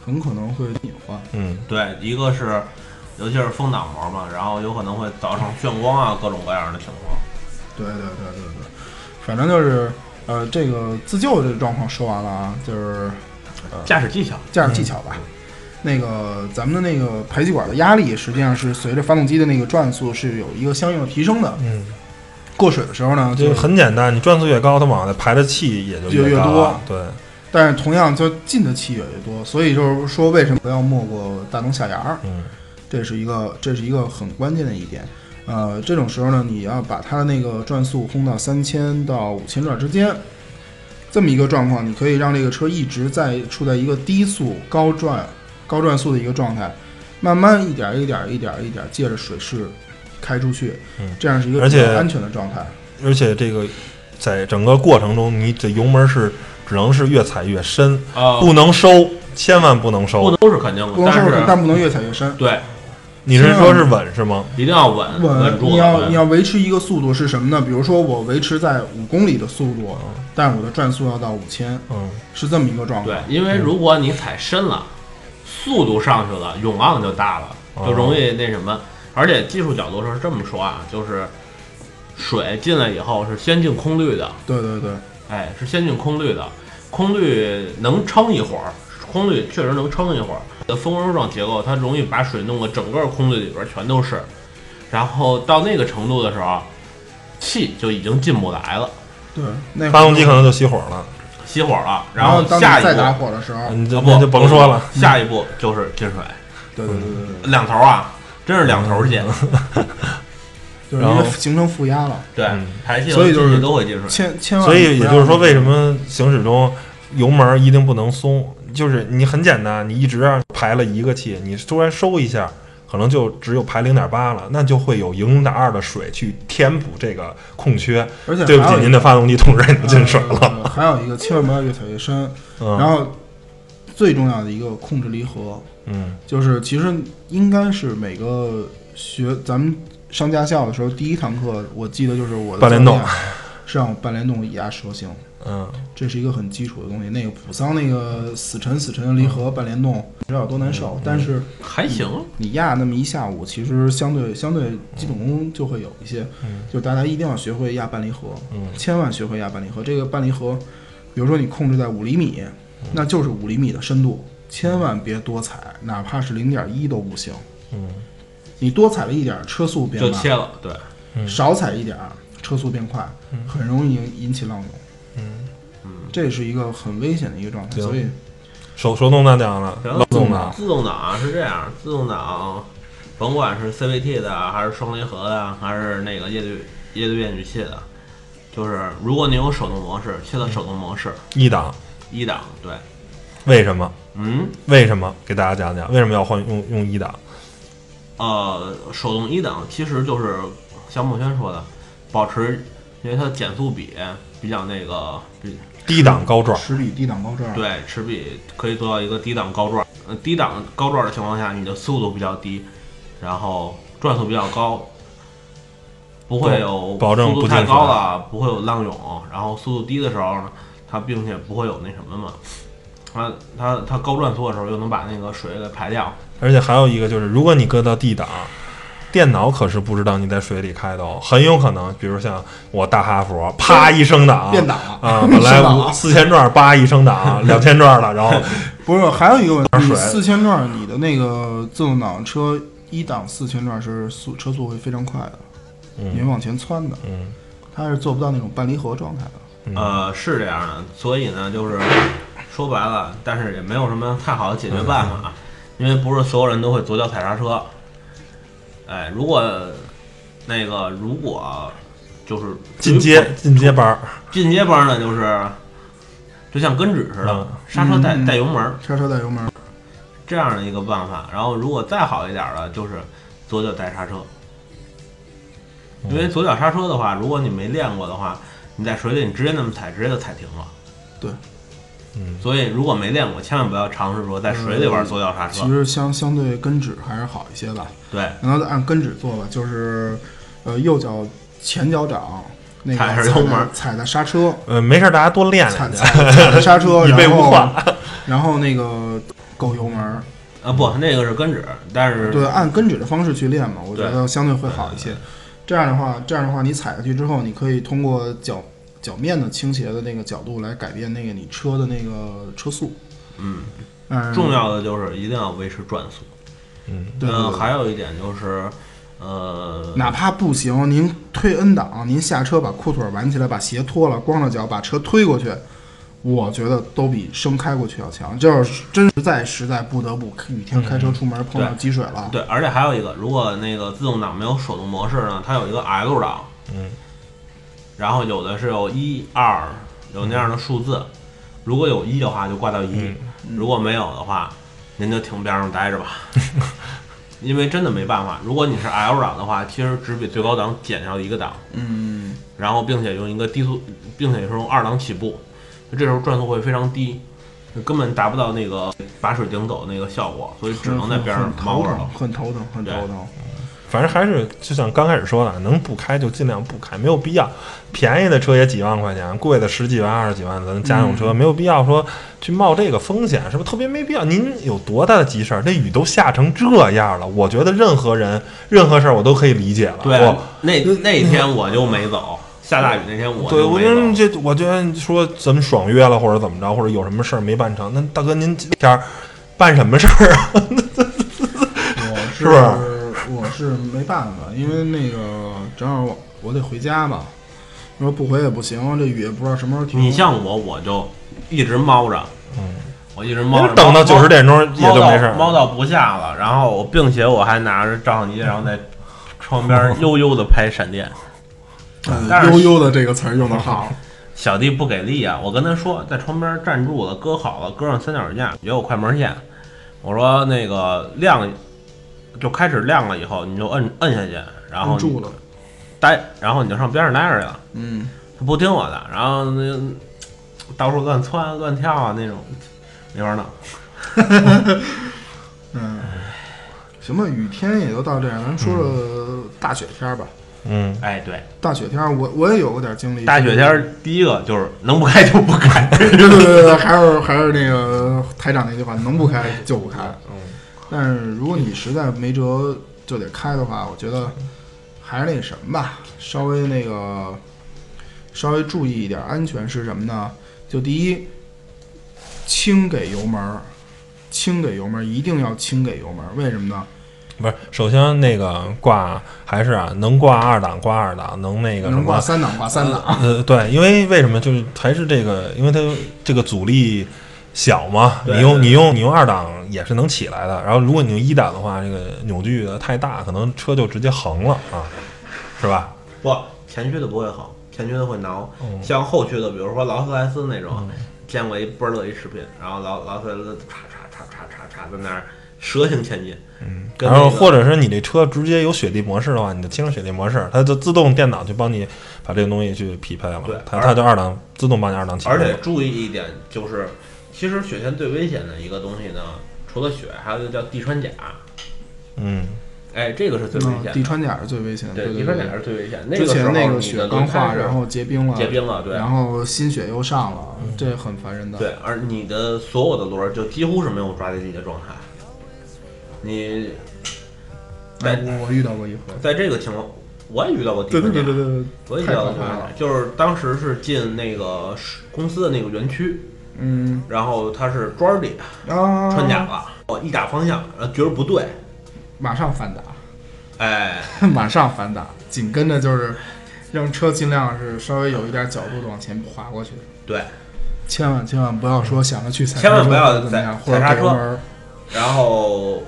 很可能会隐患。
嗯，
对，一个是尤其是风挡膜嘛，然后有可能会造成眩光啊，各种各样的情况。
对对对对对，反正就是呃，这个自救这个状况说完了啊，就是
驾驶技巧，
驾驶技巧
嗯
吧。那个咱们的那个排气管的压力，实际上是随着发动机的那个转速是有一个相应的提升的。
嗯，
过水的时候呢，
这
就
个很简单，你转速越高，它往外排的气也就
就越
高
多
啊对，
但是同样就进的气也越多，所以就是说为什么不要没过大灯下沿儿，
嗯
这是一个这是一个很关键的一点。呃，这种时候呢，你要把它的那个转速轰到三千到五千转之间，这么一个状况，你可以让这个车一直在处在一个低速高转高转速的一个状态，慢慢一点儿一点儿一点儿一点儿借着水势开出去
嗯，
这样是一个
而
比较
且
安全的状态。
而且这个在整个过程中，你的油门是只能是越踩越深，
呃，
不能收，千万不能
不
收。
都是肯定的，
不能说
但
是
是
但不能越踩越深。
对，
你是说是稳是吗？
一定要稳
稳，
住
你
了
要你要维持一个速度是什么呢？比如说我维持在五公里的速度，但是我的转速要到五千，
嗯，
是这么一个状况。
对，因为如果你踩深了，速度上去了，涌浪就大了，
哦
就容易那什么。而且技术角度是这么说啊，就是水进来以后是先进空滤的，
对对对
哎，是先进空滤的，空滤能撑一会儿，空滤确实能撑一会儿。的蜂窝状结构，它容易把水弄得整个空滤里边儿全都是，然后到那个程度的时候，气就已经进不来了，
对，那
发动机可能就熄火了，
熄火了，
然
啊
后
当你
下一步
再打火的时候，
你就
啊
那
不
就甭说了。，
下一步就是进水，
对对对对对，
两头啊，真是两头 *laughs* 儿进。
就是
然
因
后
为形成负压了。
对
嗯，
排气
所以就是
进去都会进水。
千千万，
所以也就是说，为什？么行驶中油门一定不能松？就是你很简单，你一直啊排了一个气，你突然收一下，可能就只有排零点八了，那就会有零点二的水去填补这个空缺。
而且
对不
还
起，
有
您的发动机同时已经进
呃
水了。
还有一个，千万不要越踩越深。
嗯
然后最重要的一个控制离合，
嗯
就是其实应该是每个学咱们上驾校的时候第一堂课，我记得就是我的
半联动
教练是让我半联动压蛇形，
嗯，
这是一个很基础的东西。那个普桑那个死沉死沉的离合半联动，你知道有多难
嗯
受，但是
还行，
你压那么一下午，其实相对相对基本功就会有一些，
嗯
就大家一定要学会压半离合，
嗯
千万学会压半离合。这个半离合，比如说你控制在五厘米，
嗯
那就是五厘米的深度，千万别多踩，哪怕是零点一都不行。
嗯，
你多踩了一点儿，车速变
就
慢；
切了。对，
嗯
少踩一点儿，车速变快，很容易引引起浪涌。
嗯
这是一个很危险的一个状态，
行
所以
手手动挡讲了，
行
老动挡。
自动挡是这样，自动挡甭管是 CVT 的，还是双离合的，还是那个液对液对变矩器的，就是如果你有手动模式，切到手动模式
一档，
一档，对，
为什么？
嗯，
为什么？给大家讲讲为什么要换用用一档？
呃，手动一档其实就是像孟轩说的，保持，因为它减速比比较那个比
低档高转，
十比低档高转，
对，齿比可以做到一个低档高转。呃，低档高转的情况下，你的速度比较低，然后转速比较高，不会有
保证
速
不
度太
进
高
水
了，不会有浪涌。然后速度低的时候呢，它并且不会有那什么嘛，它它它高转速的时候又能把那个水给排掉。
而且还有一个就是，如果你搁到 D 档，电脑可是不知道你在水里开的哦，很有可能，比如像我大哈佛，啪一升档，
变档了
啊，本来
升档
五
了
四千转，叭一升档，两千转了，然后
不是，还有一个问
水
题，四千转你的那个自动挡车一档四千转是速车速会非常快的，你会往前窜的，
嗯
它是做不到那种半离合状态的。
呃，是这样的，所以呢，就是说白了，但是也没有什么太好的解决办
嗯
法，因为不是所有人都会左脚踩刹车。哎，如果那个如果就是
进
*laughs*
阶进阶班儿，
进阶班呢，就是就像跟指似的
嗯，
刹车带
嗯
带油门儿
刹车带油门，
这样的一个办法。然后如果再好一点儿的，就是左脚带刹车，因为左脚刹车的话，如果你没练过的话，你在水里你直接那么踩，直接就踩停了。
对，
嗯
所以如果没练过，千万不要尝试说在水里玩左脚刹
其
车。
实相相对跟指还是好一些吧。
对，
然后再按跟指做吧，就是呃右脚前脚掌那个
踩
踩
着油门
在踩的刹车，
呃，没事儿，大家多练
踩
练去，
*laughs*
踩踩的刹车，
以备
然
无
后
患。
然后那个够油门，
啊不，那个是跟指，但是
对，按跟指的方式去练嘛，我觉
对
得相对会好一些。这样的话，这样的话，你踩下去之后，你可以通过脚脚面的倾斜的那个角度来改变那个你车的那个车速。
嗯，
嗯，
重要的就是一定要维持转速。
对对
嗯，
对
还有一点就是，呃，
哪怕不行，您推 N 档，您下车把裤腿挽起来，把鞋脱了，光着脚把车推过去，我觉得都比生开过去要强。这要是真实在实在不得不雨天开车出门碰到
对
积水了，
对，而且还有一个，如果那个自动挡没有手动模式呢，它有一个 L 档，
嗯，
然后有的是有一二有那样的数字，如果有一的话就挂到一、
嗯
如果没有的话，您就停边上待着吧，
*laughs*
因为真的没办法。如果你是 L 档的话，其实只比最高档减掉一个档，
嗯，
然后并且用一个低速，并且是用二档起步，就这时候转速会非常低。就根本达不到那个把水顶走那个效果，所以只能在边上
很
猫
头
着
疼
了，。
很头疼，很头疼。
反正还是就像刚开始说的，能不开就尽量不开，没有必要。便宜的车也几万块钱，贵的十几万、二十几万的咱家用车，没有必要说去冒这个风险，是不是特别没必要？您有多大的急事儿？这雨都下成这样了，我觉得任何人、任何事儿我都可以理解了。
对
我，
啊那那天我就没走，下大雨那天我
对，
就
我
没
觉得
走。
这，我觉得说咱们爽约了，或者怎么着，或者有什么事儿没办成，那大哥您今天儿办什么事儿啊？
我是
是不
我是没办法，因为那个正好我我得回家嘛，说不回也不行，这雨也不知道什么时候停。
你像我，我就一直猫着，我一直猫着
嗯 *laughs* 等到
猫
九十点钟也
猫
就
到
没事儿。
猫到不下了。然后我并且我还拿着照相机，然后在窗边悠悠的拍闪电。但是
呃悠悠的这个词儿用
*laughs*
的好，
小弟不给力啊！我跟他说，在窗边站住了，搁好了，搁上三脚架，也有快门线。我说那个亮，就开始亮了以后，你就摁摁下去，然后
摁
你
住了，
待，然后你就上边上待着去了。
嗯，
他不听我的，然后那到处乱窜啊、乱跳啊那种，没法弄。
嗯，行吧，雨天也就到这样，咱说说大雪天儿吧。
嗯，
哎，对，
大雪天儿，我我也有过点经历。
大雪天儿第一个就是能不开就不开， *laughs*
对对对对，还是还是那个台长那句话，能不开就不开。嗯，但是如果你实在没辙就得开的话，我觉得还是那什么吧，稍微那个稍微注意一点安全是什么呢？就第一，轻给油门儿，轻给油门儿，一定要轻给油门儿。为什么呢？
不是，首先那个挂还是啊，能挂二档挂二档，能那个什
能挂
么。
三档挂三
嗯
档。
呃，对，因为为什么就是还是这个，因为它这个阻力小嘛，
对
你用你用你用二档也是能起来的，然后如果你用一档的话，这个扭矩的太大，可能车就直接横了啊，是吧？
不前驱的不会横，前驱的会挠。
哦
像后驱的，比如说劳斯莱斯那
嗯
种，见过一倍儿乐一视频，然后劳劳斯莱斯叉叉叉叉叉叉在那儿蛇形前进，嗯，跟
然后
那个
或者是你这车直接有雪地模式的话，你就切成雪地模式，它就自动电脑就帮你把这个东西去匹配了
对，
它
而
它就二档自动帮你二档起来
而
了。
且注意一点就是，其实雪天最危险的一个东西呢，除了雪，还有一个叫地穿甲，
嗯，
哎，这个是最危
嗯
险，的。
地穿甲是最危险的。
对，
对
地
对
穿
对
甲是最危险。
之
时候
前那个
你的
雪
轮
刚
胎
化，
是
然后结冰了，
结冰了，对嗯
然后新雪又上了，这很烦人的。哎
对，而你的所有的轮儿就几乎是没有抓地力的状态。你
哎，
对
我我遇到过一回。
在这个情况，我也遇到过地
对
穿甲，
对对对对，
啊我也遇
太
到过
可
地
怕
穿甲
了。，
就是当时是进那个是公司的那个园区，
嗯
然后它是砖里
啊，
穿甲了，我一打方向，然后觉得不对，
马上反打，
哎，
马上反打，紧跟着就是让车尽量是稍微有一点角度的往前滑过去，
对，
千万千万不要说想着去踩刹车
千万不要
或者怎么样，
踩
或者
踩刹
给
车
油门儿
然后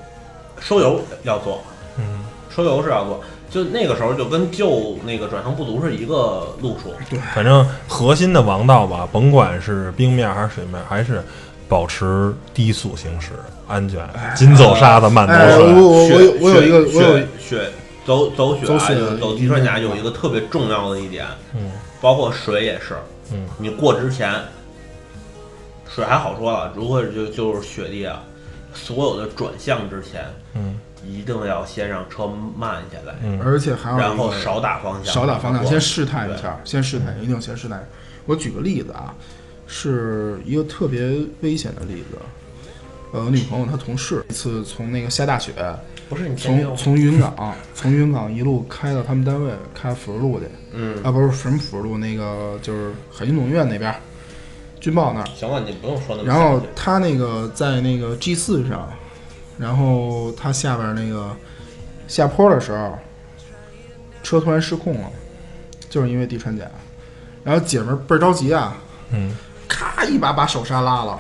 收油要做，嗯，收油是要做，就那个时候就跟救那个转向不足是一个路数，
反正核心的王道吧，甭管是冰面还是水面，还是保持低速行驶，安全，紧走沙子慢走
哎
水。
我我我有我有一个
雪
我有
雪雪走走雪
走
啊
雪
有走地
一
穿
定
甲
要
有一个特别重要的一点，
嗯，
包括水也是，
嗯，
你过之前，水还好说了，如果就就是雪地啊，所有的转向之前，
嗯，
一定要先让车慢下来，
嗯
而且还有一个
然后少打方向，
少打方向，嗯先
试
试探一下，先试探，一定先试探。我举个例子啊，是一个特别危险的例子。呃，我女朋友她同事一次从那个下大雪，
不是你前面有
从从云 *laughs* 港从云港一路开到他们单位，开辅仁路去。
嗯，
啊，不是什么辅仁路，那个就是海军总医院那边，军报那儿。
行了，你不用说那么
然后
详细
他那个在那个 G 四上，然后他下边那个下坡的时候，车突然失控了，就是因为地穿甲。然后姐们儿倍儿着急啊，
嗯，
咔一把把手刹拉了，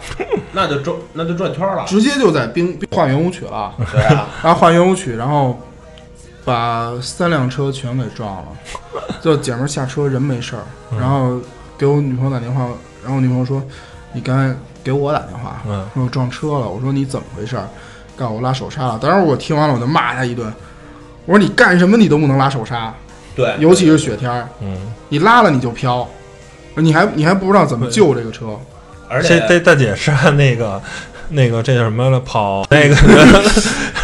那就转那就转圈了，
直接就在冰冰化圆舞曲了，
对啊，
然后化圆舞曲，然后把三辆车全给撞了。就姐们儿下车人没事儿，
嗯
然后给我女朋友打电话，然后我女朋友说：“你刚才给我打电话，
嗯
说我撞车了。”我说：“你怎么回事儿？”告诉我拉手刹了。当时我听完了我就骂他一顿，我说：“你干什么你都不能拉手刹，
对，
尤其是雪天儿，
嗯，
你拉了你就飘，你还你还不知道怎么救这个车。
嗯
而且
这这大姐是按那个那个这叫什么了？跑那个 *laughs*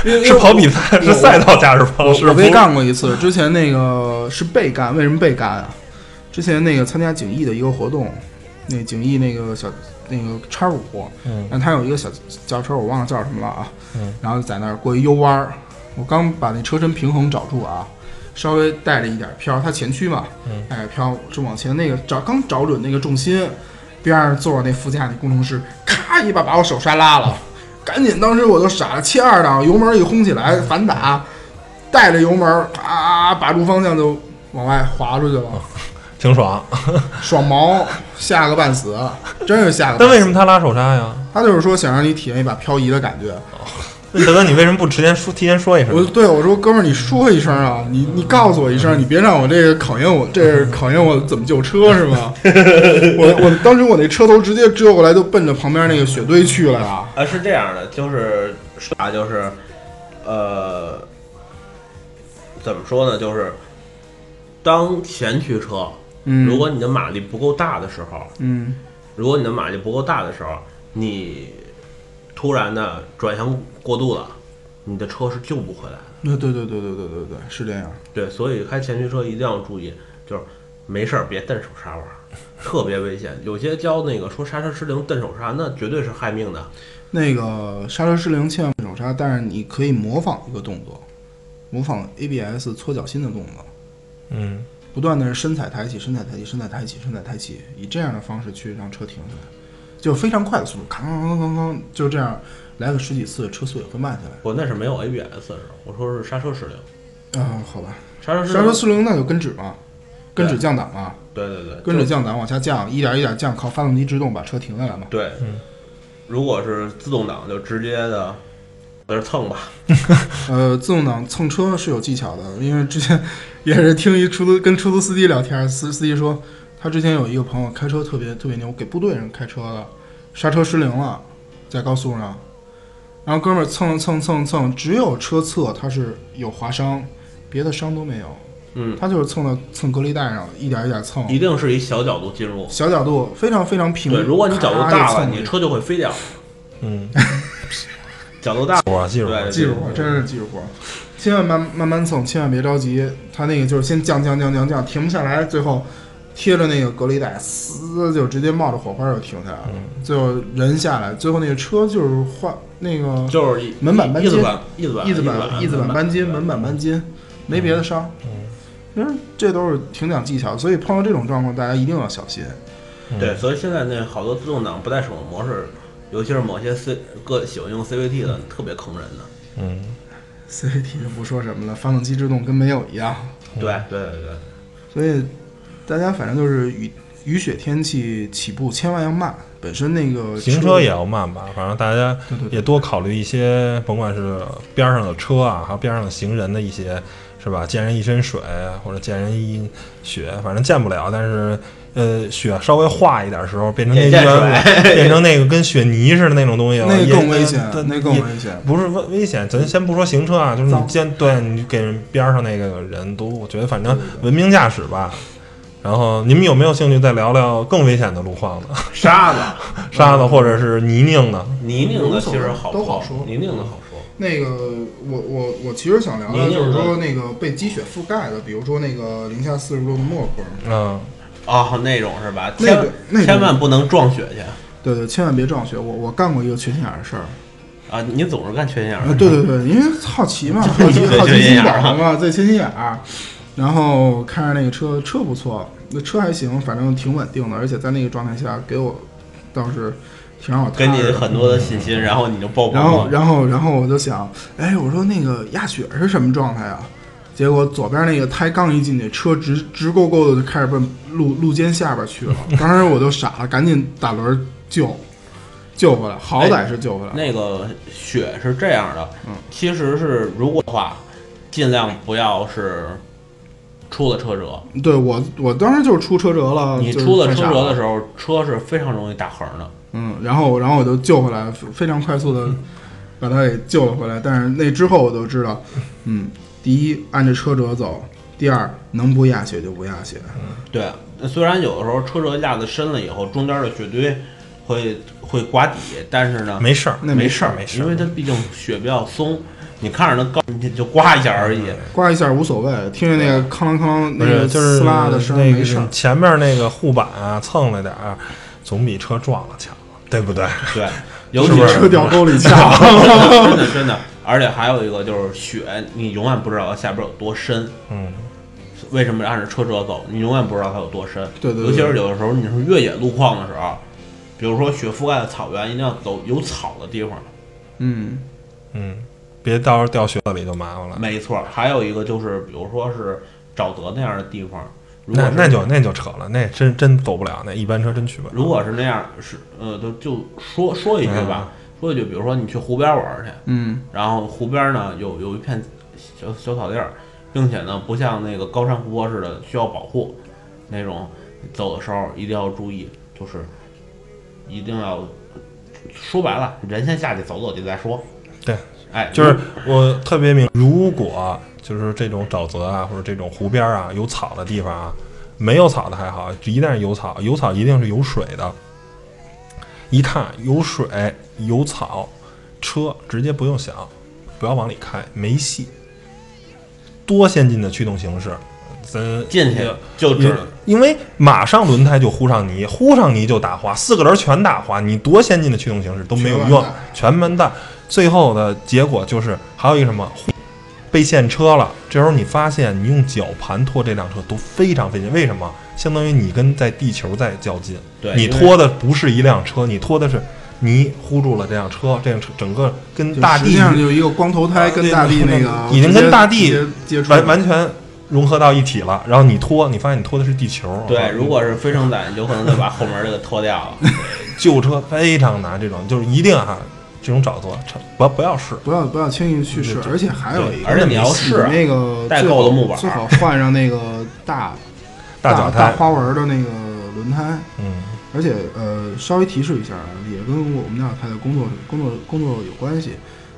是跑比赛是赛道驾驶方式，
我被
不
干过一次，之前那个是被干，为什么被干啊？之前那个参加景逸的一个活动，那景逸那个小那个叉五，
嗯
然后他有一个小轿车，我忘了叫什么了啊，
嗯
然后在那儿过一 U 弯儿，我刚把那车身平衡找住啊，稍微带着一点飘，它前驱嘛，
嗯
带着飘，正往前那个找刚找准那个重心，边上坐着那副驾那工程师，咔一把把我手刹拉了，赶紧当时我就傻了，切二档，油门一轰起来反
哦
打，带着油门啊把住方向就往外滑出去了，
挺爽。
爽毛，吓个半死，啊真是吓个半
但
死。
为什么他拉手刹呀？
他就是说想让你体验一把漂移的感觉。
那大哥，你为什么不提前说提前说一
我
声？
对我说：“哥们儿，你说一声啊，你你告诉我一声，你别让我这个考验我，这是考验我怎么救车是吗？” *laughs* 我我当时我那车头直接遮过来，就奔着旁边那个雪堆去了呀。
啊，是这样的，就是啊，就是，呃，怎么说呢？就是当前驱车，
嗯，
如果你的马力不够大的时候，
嗯
如果你的马力不够大的时候，你突然的转向过度了，你的车是救不回来的。
对对对对对对对对，是这样。
对，所以开前驱车一定要注意，就是没事儿别蹬手刹玩儿，特别危险。有些教那个说刹车失灵蹬手刹，那绝对是害命的。
那个刹车失灵千万不手刹，但是你可以模仿一个动作，模仿 ABS 搓脚心的动作，
嗯，
不断的身材抬起，身材抬起，身材抬起，身材抬起，以这样的方式去让车停下来，就非常快的速度，咔咔咔咔咔，就这样来个十几次，车速也会慢下来。
我那是没有 ABS 的时候，我说是刹车失灵，
啊、好吧，
刹车失
刹
灵
车，失灵那就跟指嘛，跟指降档嘛，
对对对，
跟
就
指降档往下降，一点一点降，靠发动机制动把车停下来嘛。
对，如果是自动挡就直接的，在这蹭吧。
呃，自动挡蹭车是有技巧的，因为之前 *laughs* 也是听一出租跟出租司机聊天，司司机说他之前有一个朋友开车特别特别牛，给部队人开车的，刹车失灵了，在高速上，然后哥们儿蹭蹭蹭蹭，只有车侧他是有划伤，别的伤都没有，
嗯，
他就是蹭到蹭隔离带上了，一点一点蹭，
一定是以小角度进入。
小角度非常非常平。
对，如果你角度大
咔
了，
就蹭
你车就会飞掉。
嗯，
角度大，
我记住
对
技术活，真是技术活，千万慢慢慢蹭，千万别着急。他那个就是先降降降降降，停不下来，最后贴着那个隔离带，嘶就直接冒着火花就停下来了。最后人下来，最后那个车就是换那个
就是一
门板扳
一字
机
板，一字板，
翼子
板，
板翼子板扳金，门
板。
板扳金，没别的伤。嗯，这都是挺讲技巧，所以碰到这种状况，大家一定要小心。嗯
对，所以现在那好多自动挡不带手动模式，尤其是某些 C 个喜欢用 CVT 的，特别坑人
哦
的。
嗯，
CVT 就不说什么了，发动机制动跟没有一样。
对对对对，
所以大家反正就是雨雨雪天气起步千万要慢，本身那个
行车也要慢吧，反正大家
对对对
也多考虑一些，甭管是边上的车啊，还有边上的行人的一些，是吧？溅人一身水或者溅人一雪，反正溅不了，但是呃，雪稍微化一点的时候，变成那
也溅
个 *laughs* 变成那个跟雪泥似的那种东西了，
那
也
更危险
但，但
那更
也
危险。
不是危危险，咱先不说行车啊，就是你
脏
先对你给人边上那个人都，我觉得反正
对对对
文明驾驶吧。然后你们有没有兴趣再聊聊更危险的路况呢？
沙子、
沙子或者是泥泞呢？
泥泞的其实
都
好
好
泡
说嗯
泥泞的好说。
那个我我我其实想聊聊，
泥
就
泞
是
的
说那个被积雪覆盖的，比如说那个零下四十度的墨坡，
嗯，
哦，那种是吧？
那
千
个那个
千万不能撞雪去
对对，千万别撞雪。我我干过一个缺心眼儿的事儿，
啊！你总是干缺心眼儿
啊，对对对，因为好
*laughs*
奇嘛，好奇
对
好奇
缺心
心
眼儿
宝嘛，对缺心眼儿。然后看着那个车，车不错，那车还行，反正挺稳定的，而且在那个状态下给我倒是挺让我踏
给你
实的
很多的信心，然后你就爆棚
嗯然后，
了。
然后，然后我就想，哎，我说那个压雪是什么状态啊？结果左边那个胎刚一进去，车直直勾勾的就开始奔路路肩下边
*laughs*
去了。当时我就傻了，赶紧打轮救，救回来，好歹是救回来。
那个雪是这样的，
嗯
其实是如果的话，尽量不要是出了车辙。
对我，我当时就是出车辙了。
你
哦就是
出了
太
车
傻
辙的时候，车是非常容易打横的。
嗯，然后然后我就救回来，非非常快
*laughs*
速的把他给救了回来。但是那之后我就知道，嗯，第一按着车辙走，第二能不压雪就不压雪。
对，虽然有的时候车辙压的深了以后，中间的雪堆会会刮底，但是呢，
没事儿，
那
没
事
儿
没事儿
因为它毕竟雪比较松，你看着它高，你就刮一下而
嗯
已。
刮一下无所谓，听着那个哐啷哐啷
不
那
是
个
就是
撕拉的声
那
儿
个
没事儿。
前面那个护板啊蹭了点儿，总比车撞了强，对不对？ *laughs*
对，
嗯
尤
是
其
不是
车掉沟里下，
*laughs*
*laughs*
真的真的，而且还有一个就是雪，你永远不知道它下边有多深。
嗯，
为什么按着车辙走？你永远不知道它有多深。
对对对
尤其是有的时候你是越野路况的时候，比如说雪覆盖的草原，一定要走有草的地方。
嗯，
嗯，别到时候掉雪里就麻烦了。
没错儿。还有一个就是，比如说是沼泽那样的地方，如果
那
是
那就那就扯了，那真真走不了，那一般车真去不了。
如果是那样，是呃，都就说说一句
嗯
吧，说一句，比如说你去湖边玩去，
嗯，
然后湖边呢有有一片小小草地儿，并且呢不像那个高山湖泊似的需要保护，那种走的时候一定要注意，就是一定要说白了，人先下去走走去再说。
对，
哎，
就是我特别明，如果就是这种沼泽啊，或者这种湖边啊有草的地方啊，没有草的还好，一旦有草，有草一定是有水的。一看有水有草，车直接不用想，不要往里开，没戏。多先进的驱动形式，咱
进去就
因
只
因为马上轮胎就呼上泥，呼上泥就打滑，四个轮全打滑，你多先进的驱动形式都没有
全完
用
蛋，
全完蛋。最后的结果就是还有一个什么被陷车了，这时候你发现你用脚盘拖这辆车都非常费劲，为什么？相当于你跟在地球在较劲，
对
你
因为
拖的不是一辆车，你拖的是泥糊住了这辆车，这辆车整个跟
就
大
实际
地
上就一个光头胎跟大地那
啊 *laughs*
个
对已经跟大地
直接接触了
完完全融合到一体了，然后你拖，你发现你拖的是地球，
对，如果是非承载，有可能就把后门这个脱掉
*laughs*
了。
旧车非常难，这种就是一定哈、这种找错，不不要试。
不要不要轻易去试
对，对啊
而且还有一个，
而且你要啊
你
是
那个
代
最
购的
好
木板儿
最好换上那个大
大
大
脚胎，
花纹的那个轮胎。
嗯，
而且呃，稍微提示一下啊，也跟我们俩开的工作工作工作有关系。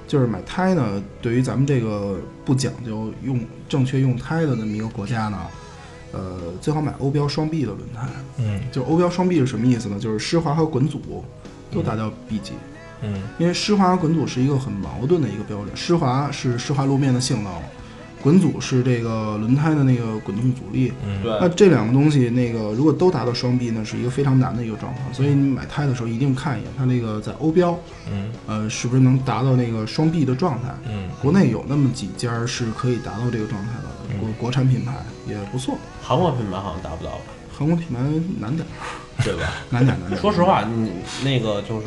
就是买胎呢，对于咱们这个不讲究用正确用胎的那么一个国家呢，呃，最好买欧标双 B 的轮胎。
嗯
就欧标双 B 是什么意思呢？就是湿滑和滚阻都达到 B 级。
嗯
因为湿滑和滚阻是一个很矛盾的一个标准，湿滑是湿滑路面的性能，滚阻是这个轮胎的那个滚动阻力。
嗯
那
对，
这两个东西，那个如果都达到双 B 呢，是一个非常难的一个状况。所以你买胎的时候一定看一眼它那个在欧标，
嗯
呃，是不是能达到那个双 B 的状态。
嗯，
国内有那么几家是可以达到这个状态
嗯
的，国国产品牌也不错，
韩国品牌好像达不到吧，
韩国品牌
*laughs*
难点儿，
对吧？
难点儿，难点儿。
说实，话，你那个就是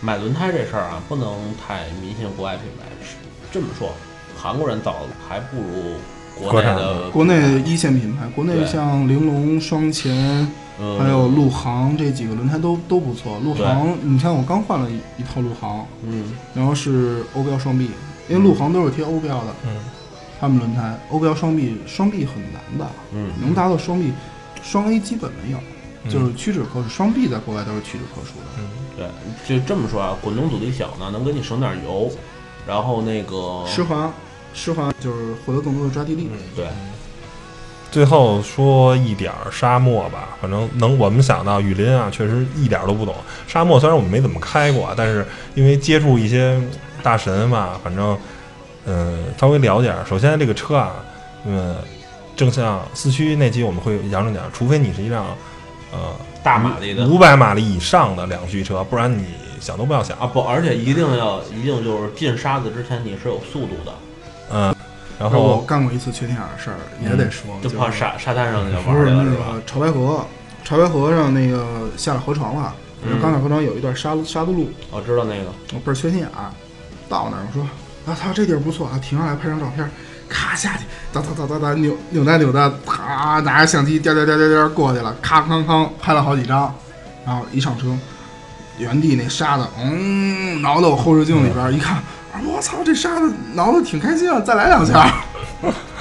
买轮胎这事儿啊，不能太迷信国外品牌。是这么说，韩国人造的还不如国内的
国内一线品牌，国内
对
像玲珑、双前。
嗯
还有陆航这几个轮胎都都不错。陆航，你看我刚换了一一套陆航，
嗯
然后是欧标双 B，因为陆航都是贴欧标的，
嗯，
他们轮胎欧标双 B，双 B 很难的，
嗯
能达到双 B，双 A 基本没有，就是屈指可数。双 B 在国外都是屈指可数的。
对，就这么说啊，滚动阻力小呢，能给你省点油，然后那个
湿滑，湿滑就是获得更多的抓地力。
对
最后说一点儿沙漠吧，反正能我们想到雨林啊，确实一点儿都不懂。沙漠虽然我们没怎么开过啊，但是因为接触一些大神嘛，反正嗯稍微了解点儿。首先这个车啊，嗯，正像四驱那期我们会扬着点儿，除非你是一辆呃
大马力的
五百马力以上的两驱车，不然你想都不要想
啊不，而且一定要一定就是进沙子之前你是有速度的，
嗯，然
然后我
后
干过一次缺心眼儿的事儿，也得说，
嗯就跑
是
沙沙滩上去玩
不
儿
是
去
那
了是吧？
个潮白河，潮白河上那个下了河床了，
嗯
刚下河床有一段沙路沙子路，
我知道那个，
我倍儿缺心眼儿，到那儿我说啊操，这地儿不错啊，停下来拍张照片儿，咔下去，哒哒哒哒哒扭扭蛋扭蛋，咔拿着相机颠颠颠颠颠过去了，咔康康拍了好几张，然后一上车，原地那沙子，嗯，挠到我后视镜里边儿一看，啊我操，这沙子挠的挺开心啊，再来两下。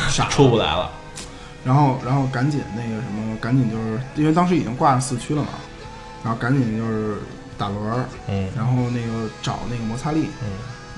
傻出不来了，
*laughs* 然后然后赶紧那个什么，赶紧就是因为当时已经挂上四驱了嘛，然后赶紧就是打轮儿，
嗯
然后那个找那个摩擦力，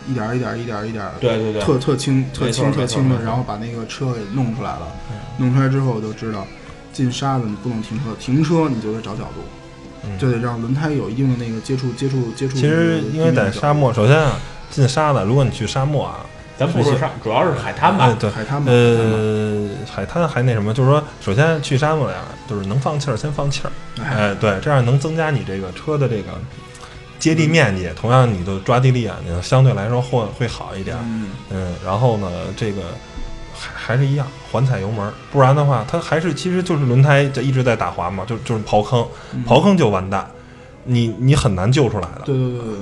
一点儿一点儿一点儿一点儿，
对对对
特特轻
错
特轻
没错
特轻
没
的，
错
然后把那个车给弄出来了。
嗯
弄出来之后我就知道，进沙子你不能停车，停车你就得找角度，就得让轮胎有一定的那个接触接触接触。
嗯其实因为在沙，漠，首先啊进沙子，如果你去沙漠啊，
咱不说沙，主要是海滩吧
哎，对，
海滩嘛
呃，海滩还那什么，就是说，首先去沙漠呀，就是能放气儿先放气儿，
哎
哎，对，这样能增加你这个车的这个接地面积，同样你的抓地力啊，你相对来说会会好一点，
嗯，
嗯，然后呢，这个还还是一样，缓踩油门儿，不然的话，它还是其实就是轮胎就一直在打滑嘛，就就是刨坑，
嗯
刨坑就完蛋，你你很难救出来的。
对对对对，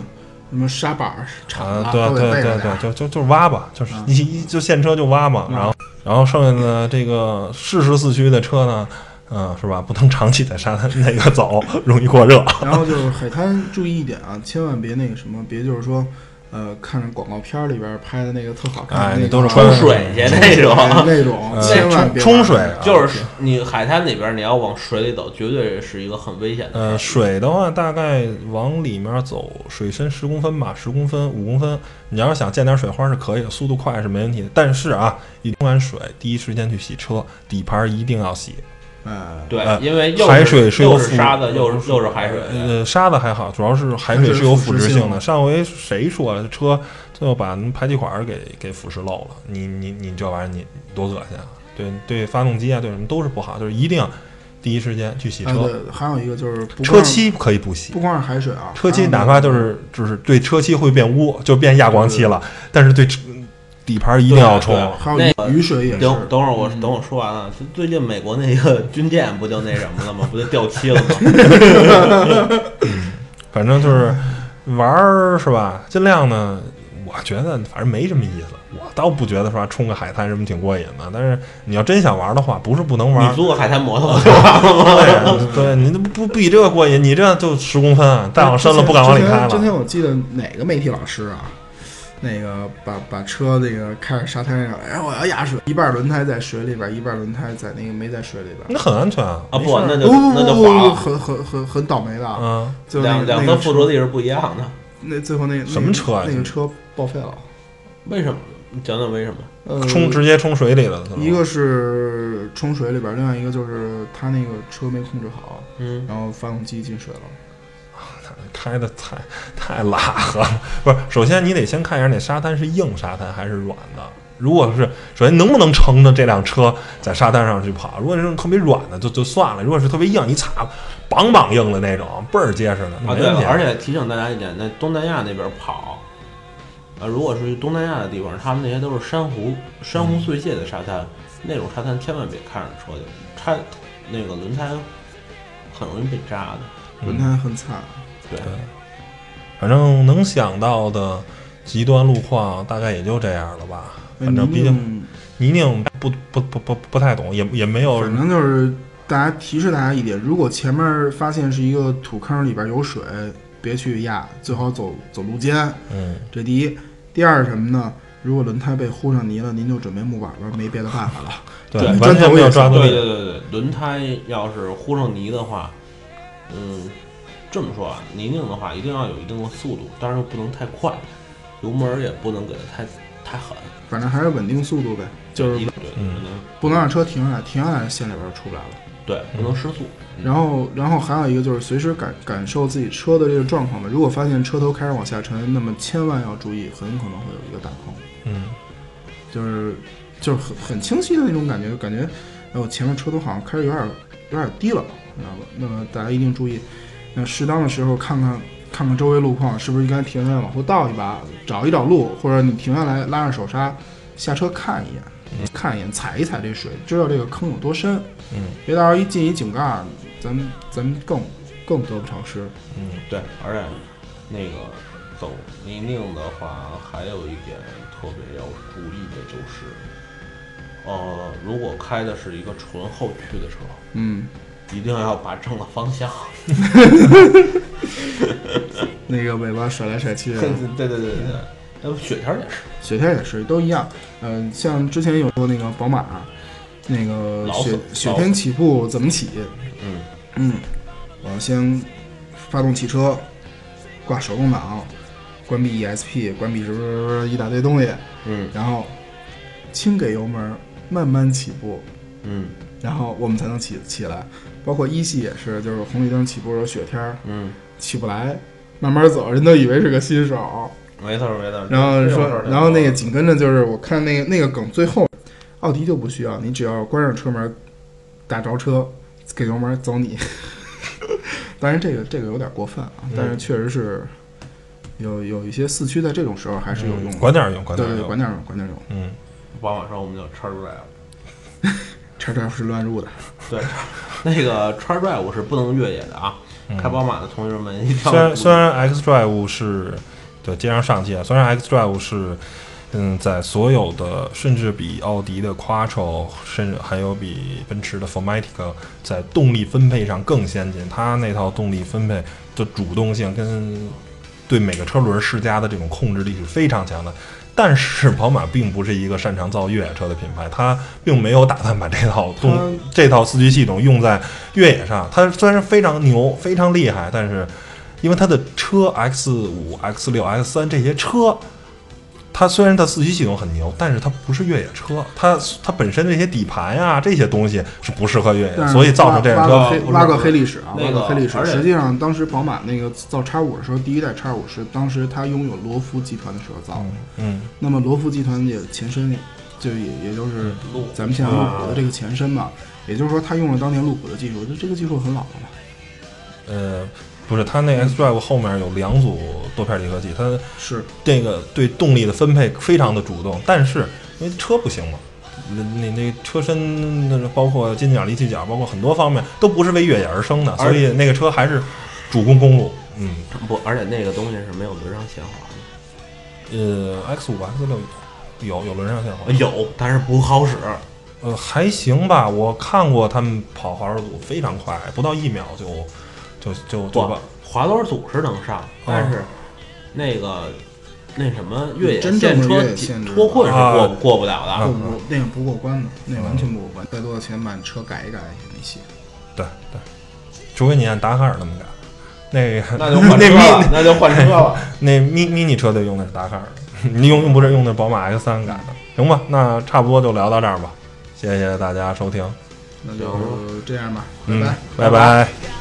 什么沙板儿、铲
啊
子，
对
都得
对
备着
对
点
对
儿，。
就就就是挖吧，就是
嗯
一一就现车就挖嘛，然后然后剩下的这个适时四驱的车呢，嗯，是吧？不能长期在沙滩那个走，容易过热。
然后就是海滩注意一点啊，千万别那个什么，别就是说，呃，看着广告片儿里边拍的那个特好看的
哎
那个、
你都是
冲
穿
冲水去那
水
种。
*laughs* 那 *laughs* 种，
呃
千万别
冲水
玩
啊
*laughs* 就是你海滩里边，你要往水里走，绝对是一个很危
嗯
险的。
呃，水的话大概往里面走，水深十公分吧，十公分、五公分。你要是想溅点水花是可以的，速度快是没问题的。但是啊，一冲完水，第一时间去洗车，底盘一定要洗。
哎，
对
呃，
因为又
海
是
水是有
又
腐
是沙
嗯
子，又是又是海水。
呃，沙子还好，主要是海水是有腐蚀性的。上回谁说了车最后把排气管儿给给腐蚀漏了？你你你这玩意儿你多恶心啊！对对，发动机啊，对什么都是不好，就是一定第一时间去洗
哎
车。
对，还有一个就是不
车
光
漆可以不洗
不，光是海水啊，
车
还
漆
有
哪
那
怕
个
就是就是对车漆会变污，就变亚光漆了，但是对车底盘一定要冲。
对
还有
那
雨
个
雨水也是，嗯
等等会儿我等我说完了，就最近美国那个 *laughs* 军舰不就那什么了吗？不就掉漆了吗？
反正就是玩儿是吧？尽量呢，我觉得反正没什么意思。我倒不觉得说冲个海滩什么挺过瘾的，但是你要真想玩的话，不是不能玩
你。租个海滩摩托就
嗯
完了吗？
啊
对， *laughs* 对你都不不比这个过瘾，你这就十公分啊，再往深了不敢往里开
之前之
了。
前我记得哪个媒体老师啊，那个把把车那个开着沙滩上，哎，我要压水，一半轮胎在水里边，一半轮胎在那个没在水里边。
那很安全啊
啊
没事
不，
儿
那
不
就
不
那就
不
划
不，
了。
哦很很很很倒霉的啊，
嗯，
就那
两
个
两
那
个
个
附着力是不一样的，
那最后那那个
什么车啊
那个车报废了，
为什么？你讲讲为什么？
呃，
冲直接冲水里了，
一个是冲水里边，另外一个就是他那个车没控制好，
嗯，
然后发动机进水了。
开的太太拉和了。 *laughs* 不是，首先你得先看一下那沙滩是硬沙滩还是软的。如果是首先能不能撑着这辆车在沙滩上去跑，如果是那种特别软的就就算了，如果是特别硬，一擦梆梆硬的那种，倍儿结实的，那
啊，
没
对
问题。
了，而且提醒大家一点，在东南亚那边跑，啊，如果是去东南亚的地方，他们那些都是珊瑚、珊瑚碎屑的沙滩，那种沙滩千万别看着车去，它那个轮胎很容易被扎的。
嗯
轮胎很惨，
对，
反正能想到的极端路况大概也就这样了吧。
嗯
反
哎
正毕竟
竟
泥泞不不不不不太懂，也也没有
反正就是大家提示大家一点，如果前面发现是一个土坑里边有水，别去压，最好走走路肩，
嗯
这第一。第二是什么呢？如果轮胎被糊上泥了，您就准备木板吧，没别的办法了。 *laughs*
对
对
完全没有抓住
对
力。
对对对，轮胎要是糊上泥的话，嗯，这么说啊，泥泞的话一定要有一定的速度，但是又不能太快，油门儿也不能给它太太狠，
反正还是稳定速度呗，就
一对
是
对对
嗯
不能让车停下来，停下来线里边就出不来了。
对，不能失速。
然后，然后还有一个就是随时感感受自己车的这个状况吧。如果发现车头开始往下沉，那么千万要注意，很可能会有一个大坑，
嗯，
就是就是很很清晰的那种感觉，感觉哎我前面车头好像开始有点有点低了，知道吧？那么大家一定注意，那适当的时候看看看看周围路况，是不是应该停下来往后倒一把，找一找路，或者你停下来拉上手刹，下车看一眼，看一眼踩一踩这水，知道这个坑有多深。
嗯，
别到时候一进一井盖儿，咱们咱们更更得不偿失。
对，而且那个走泥泞的话，还有一点特别要注意的就是，呃，如果开的是一个纯后驱的车，
嗯，
一定要把正了方向。
那个尾巴甩来甩去
*laughs*
的
对，对对对对对，那雪天儿也是，
雪天也是都一样。嗯、像之前有过那个宝马，那个
老
雪
虎
雪
老
天
虎
起步怎么起？
嗯，
嗯，我先发动汽车，挂手动挡，关闭 ESP，关闭什么什么什么一大堆东西，
嗯
然后轻给油门，慢慢起步，
嗯
然后我们才能起起来。包括一系也是，就是红绿灯起步的时候雪天儿
嗯，
起不来，慢慢走，人都以为是个新手。
没错儿没错儿。
然后
这种
说
事儿，太
然后那
多
个
了
紧跟着就是我看那个那个梗最后，奥迪就不需要，你只要关上车门，打着车，给油门走你。 *laughs* 当然这个这个有点过分啊，
嗯
但是确实是有有一些四驱在这种时候还是有用
嗯
的。
管点儿用，管
对
点儿
对，对管
用。
点用，管点用，
嗯，
宝马车我们就叉 drive，
叉叉是乱入的。
对，那个叉 drive 是不能越野的啊。开宝马的同学们一定
嗯
要
虽然
注意
虽然 X Drive 是对接上上汽啊，虽然 X Drive 是嗯，在所有的甚至比奥迪的 Quattro，甚至还有比奔驰的 Formatic 在动力分配上更先进，它那套动力分配的主动性跟对每个车轮施加的这种控制力是非常强的。但是宝马并不是一个擅长造越野车的品牌，它并没有打算把这套动这套四驱系统用在越野上。它虽然非常牛、非常厉害，但是因为它的车 X 五、X 六、X 三这些车，它虽然它四驱系统很牛，但是它不是越野车，它它本身这些底盘呀、这些东西是不适合越野，
但是
所以造成这
拉
辆车
拉个黑
不是
拉个黑历史啊，
那
拉
个
个黑历史
而。且
实际上，当时宝马那个造叉五的时候，第一代叉五是当时它拥有罗孚集团的时候造的。
嗯
那么罗孚集团也前身就也也就是
路
咱们现在路
啊
虎的这个前身嘛，也就是说它用了当年路虎的技术，就这个技术很老了嘛。
呃不是，它那 X Drive 后面有两组多片离合器，它
是，
这个对动力的分配非常的主动，但是因为车不行嘛，那那那车身那包括进气角、离气角，包括很多方面都不是为越野而生的，
而
所以那个车还是主攻公路。嗯，
不，而且那个东西是没有轮上限滑的，
呃，X 五、X 六有有轮上限滑，
有，但是不好使。
呃，还行吧。我看过他们跑滑手组，非常快，不到一秒就就就就
不
把，
滑多少组是能
啊
上，但是那个那什么越野
真正的越
车
野限制
脱困是
啊嗯
过过不了
不
的。
不，那个不过关的，那个完全不过关。再多的钱把车改一改也没戏。
对对，除非你按达喀尔那么改。那个
那就换
*laughs*
车
那
了
咪，
那就换车了。
*laughs* 那 mini mini 车队用的是达喀尔，你用用不是用的宝马 X 三改的，行吧？那差不多就聊到这儿吧，谢谢大家收听，
那
行
就这样吧，拜
嗯拜
拜。，
拜
「